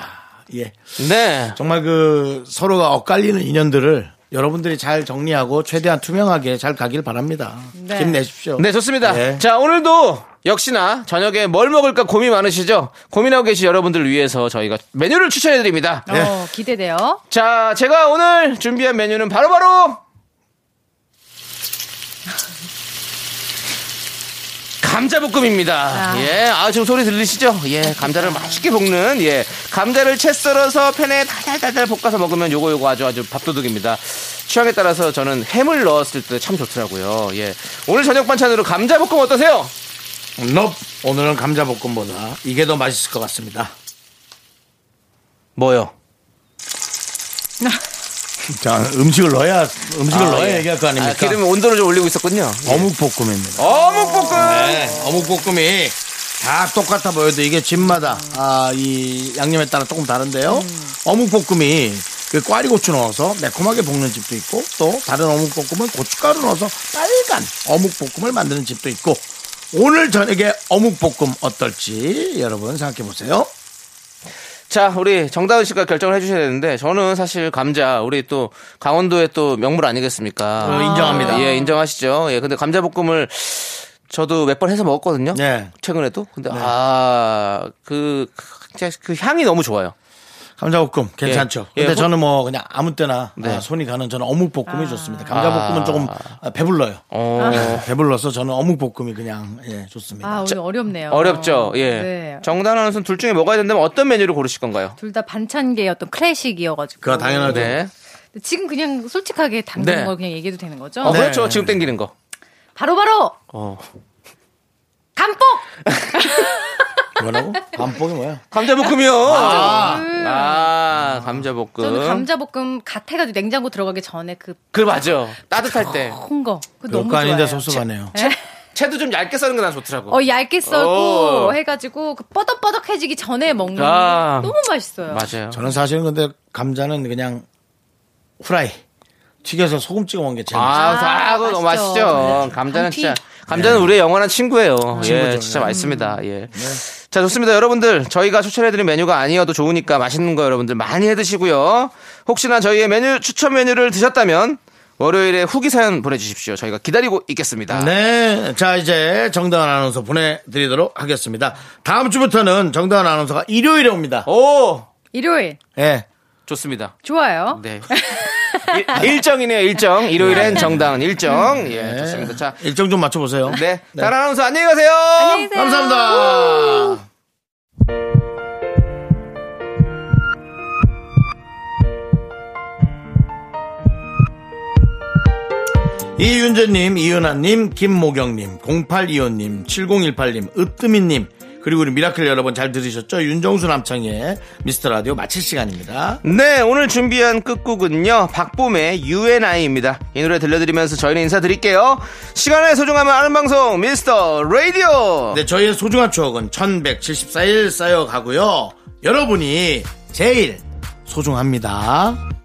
예.
네.
정말 그 서로가 엇갈리는 인연들을 여러분들이 잘 정리하고 최대한 투명하게 잘 가길 바랍니다.
네.
힘내십시오.
네, 좋습니다.
예.
자, 오늘도 역시나 저녁에 뭘 먹을까 고민 많으시죠? 고민하고 계신 여러분들을 위해서 저희가 메뉴를 추천해 드립니다.
어 기대돼요.
자, 제가 오늘 준비한 메뉴는 바로바로 감자볶음입니다. 예, 아 지금 소리 들리시죠? 예, 감자를 맛있게 볶는 예, 감자를 채 썰어서 팬에 달달달달 볶아서 먹으면 요거 요거 아주 아주 밥도둑입니다. 취향에 따라서 저는 햄을 넣었을 때 참 좋더라고요. 예, 오늘 저녁 반찬으로 감자볶음 어떠세요?
넙. 오늘은 감자볶음보다 이게 더 맛있을 것 같습니다.
뭐요?
자, 음식을 넣어야 음식을 넣어야
예.
얘기할 거 아닙니까?
아, 기름 온도를 좀 올리고 있었군요.
어묵볶음입니다.
어묵볶음.
네, 어묵볶음이 다 똑같아 보여도 이게 집마다 아, 이 양념에 따라 조금 다른데요.
음.
어묵볶음이 그 꽈리고추 넣어서 매콤하게 볶는 집도 있고 또 다른 어묵볶음은 고춧가루 넣어서 빨간 어묵볶음을 만드는 집도 있고 오늘 저녁에 어묵볶음 어떨지 여러분 생각해 보세요.
자, 우리 정다은 씨가 결정을 해주셔야 되는데, 저는 사실 감자, 우리 또 강원도의 또 명물 아니겠습니까?
어, 인정합니다.
예, 인정하시죠. 예, 근데 감자볶음을 저도 몇 번 해서 먹었거든요.
네.
최근에도. 근데, 아, 그, 진짜 그 향이 너무 좋아요.
감자볶음 괜찮죠.
예,
근데
호-
저는 뭐 그냥 아무 때나
네. 아.
아, 손이 가는 저는 어묵볶음이 좋습니다. 감자볶음은 조금 아, 배불러요. 아. 네,
어,
배불러서 저는 어묵볶음이 그냥 예, 좋습니다.
아 오늘 어렵네요.
어렵죠. 예.
네.
정다은 아나운서는 둘 중에 먹어야 된다면 어떤 메뉴를 고르실 건가요?
둘 다 반찬계의 어떤 클래식이어가지고.
그거 당연하죠.
네.
근데 지금 그냥 솔직하게 당기는
네.
걸 그냥 얘기해도 되는 거죠?
네.
어, 그렇죠. 지금 땡기는 거.
바로바로
어.
감복.
뭐라고? 반복이 뭐야?
감자볶음이요. 아, 감자볶음.
저는 감자볶음 갓 해가지고 냉장고 들어가기 전에 그 큰
그, 맞아. 따뜻할 때.
거. 그거
별거
너무 좋아요.
아닌데 섭섭하네요.
채도 좀 얇게 써는 게 난 좋더라고.
어 얇게 썰고
어.
해가지고 그 뻐덕뻐덕해지기 전에 먹는
아.
거 너무 맛있어요.
맞아요.
저는 사실은 근데 감자는 그냥 후라이 튀겨서 소금 찍어 먹는 게 제일 맛있어요.
아,
아,
아, 그거 너무
맛있죠.
맛있죠.
네.
감자는
감튀.
진짜 감자는 우리의 영원한 친구예요. 예, 진짜 맛있습니다. 예. 자, 좋습니다. 여러분들, 저희가 추천해드린 메뉴가 아니어도 좋으니까 맛있는 거 여러분들 많이 해드시고요. 혹시나 저희의 메뉴, 추천 메뉴를 드셨다면 월요일에 후기 사연 보내주십시오. 저희가 기다리고 있겠습니다.
네. 자, 이제 정다은 아나운서 보내드리도록 하겠습니다. 다음 주부터는 정다은 아나운서가 일요일에 옵니다.
어? 오!
일요일
예.
좋습니다.
좋아요.
네. 일- 일정이네요, 일정. 일요일엔 정당은 일정. 예, 좋습니다. 자,
일정 좀 맞춰보세요.
네. 다른 아나운서 안녕히 가세요. 안녕히
네.
감사합니다. 이윤재님, 이은하님, 김모경님, 0825님, 7018님, 으뜸이님, 그리고 우리 미라클 여러분 잘 들으셨죠? 윤정수 남창의 미스터 라디오 마칠 시간입니다.
네, 오늘 준비한 끝곡은요, 박봄의 UNI입니다. 이 노래 들려드리면서 저희는 인사드릴게요. 시간의 소중함을 아는 방송, 미스터 라디오!
네, 저희의 소중한 추억은 1174일 쌓여가고요. 여러분이 제일 소중합니다.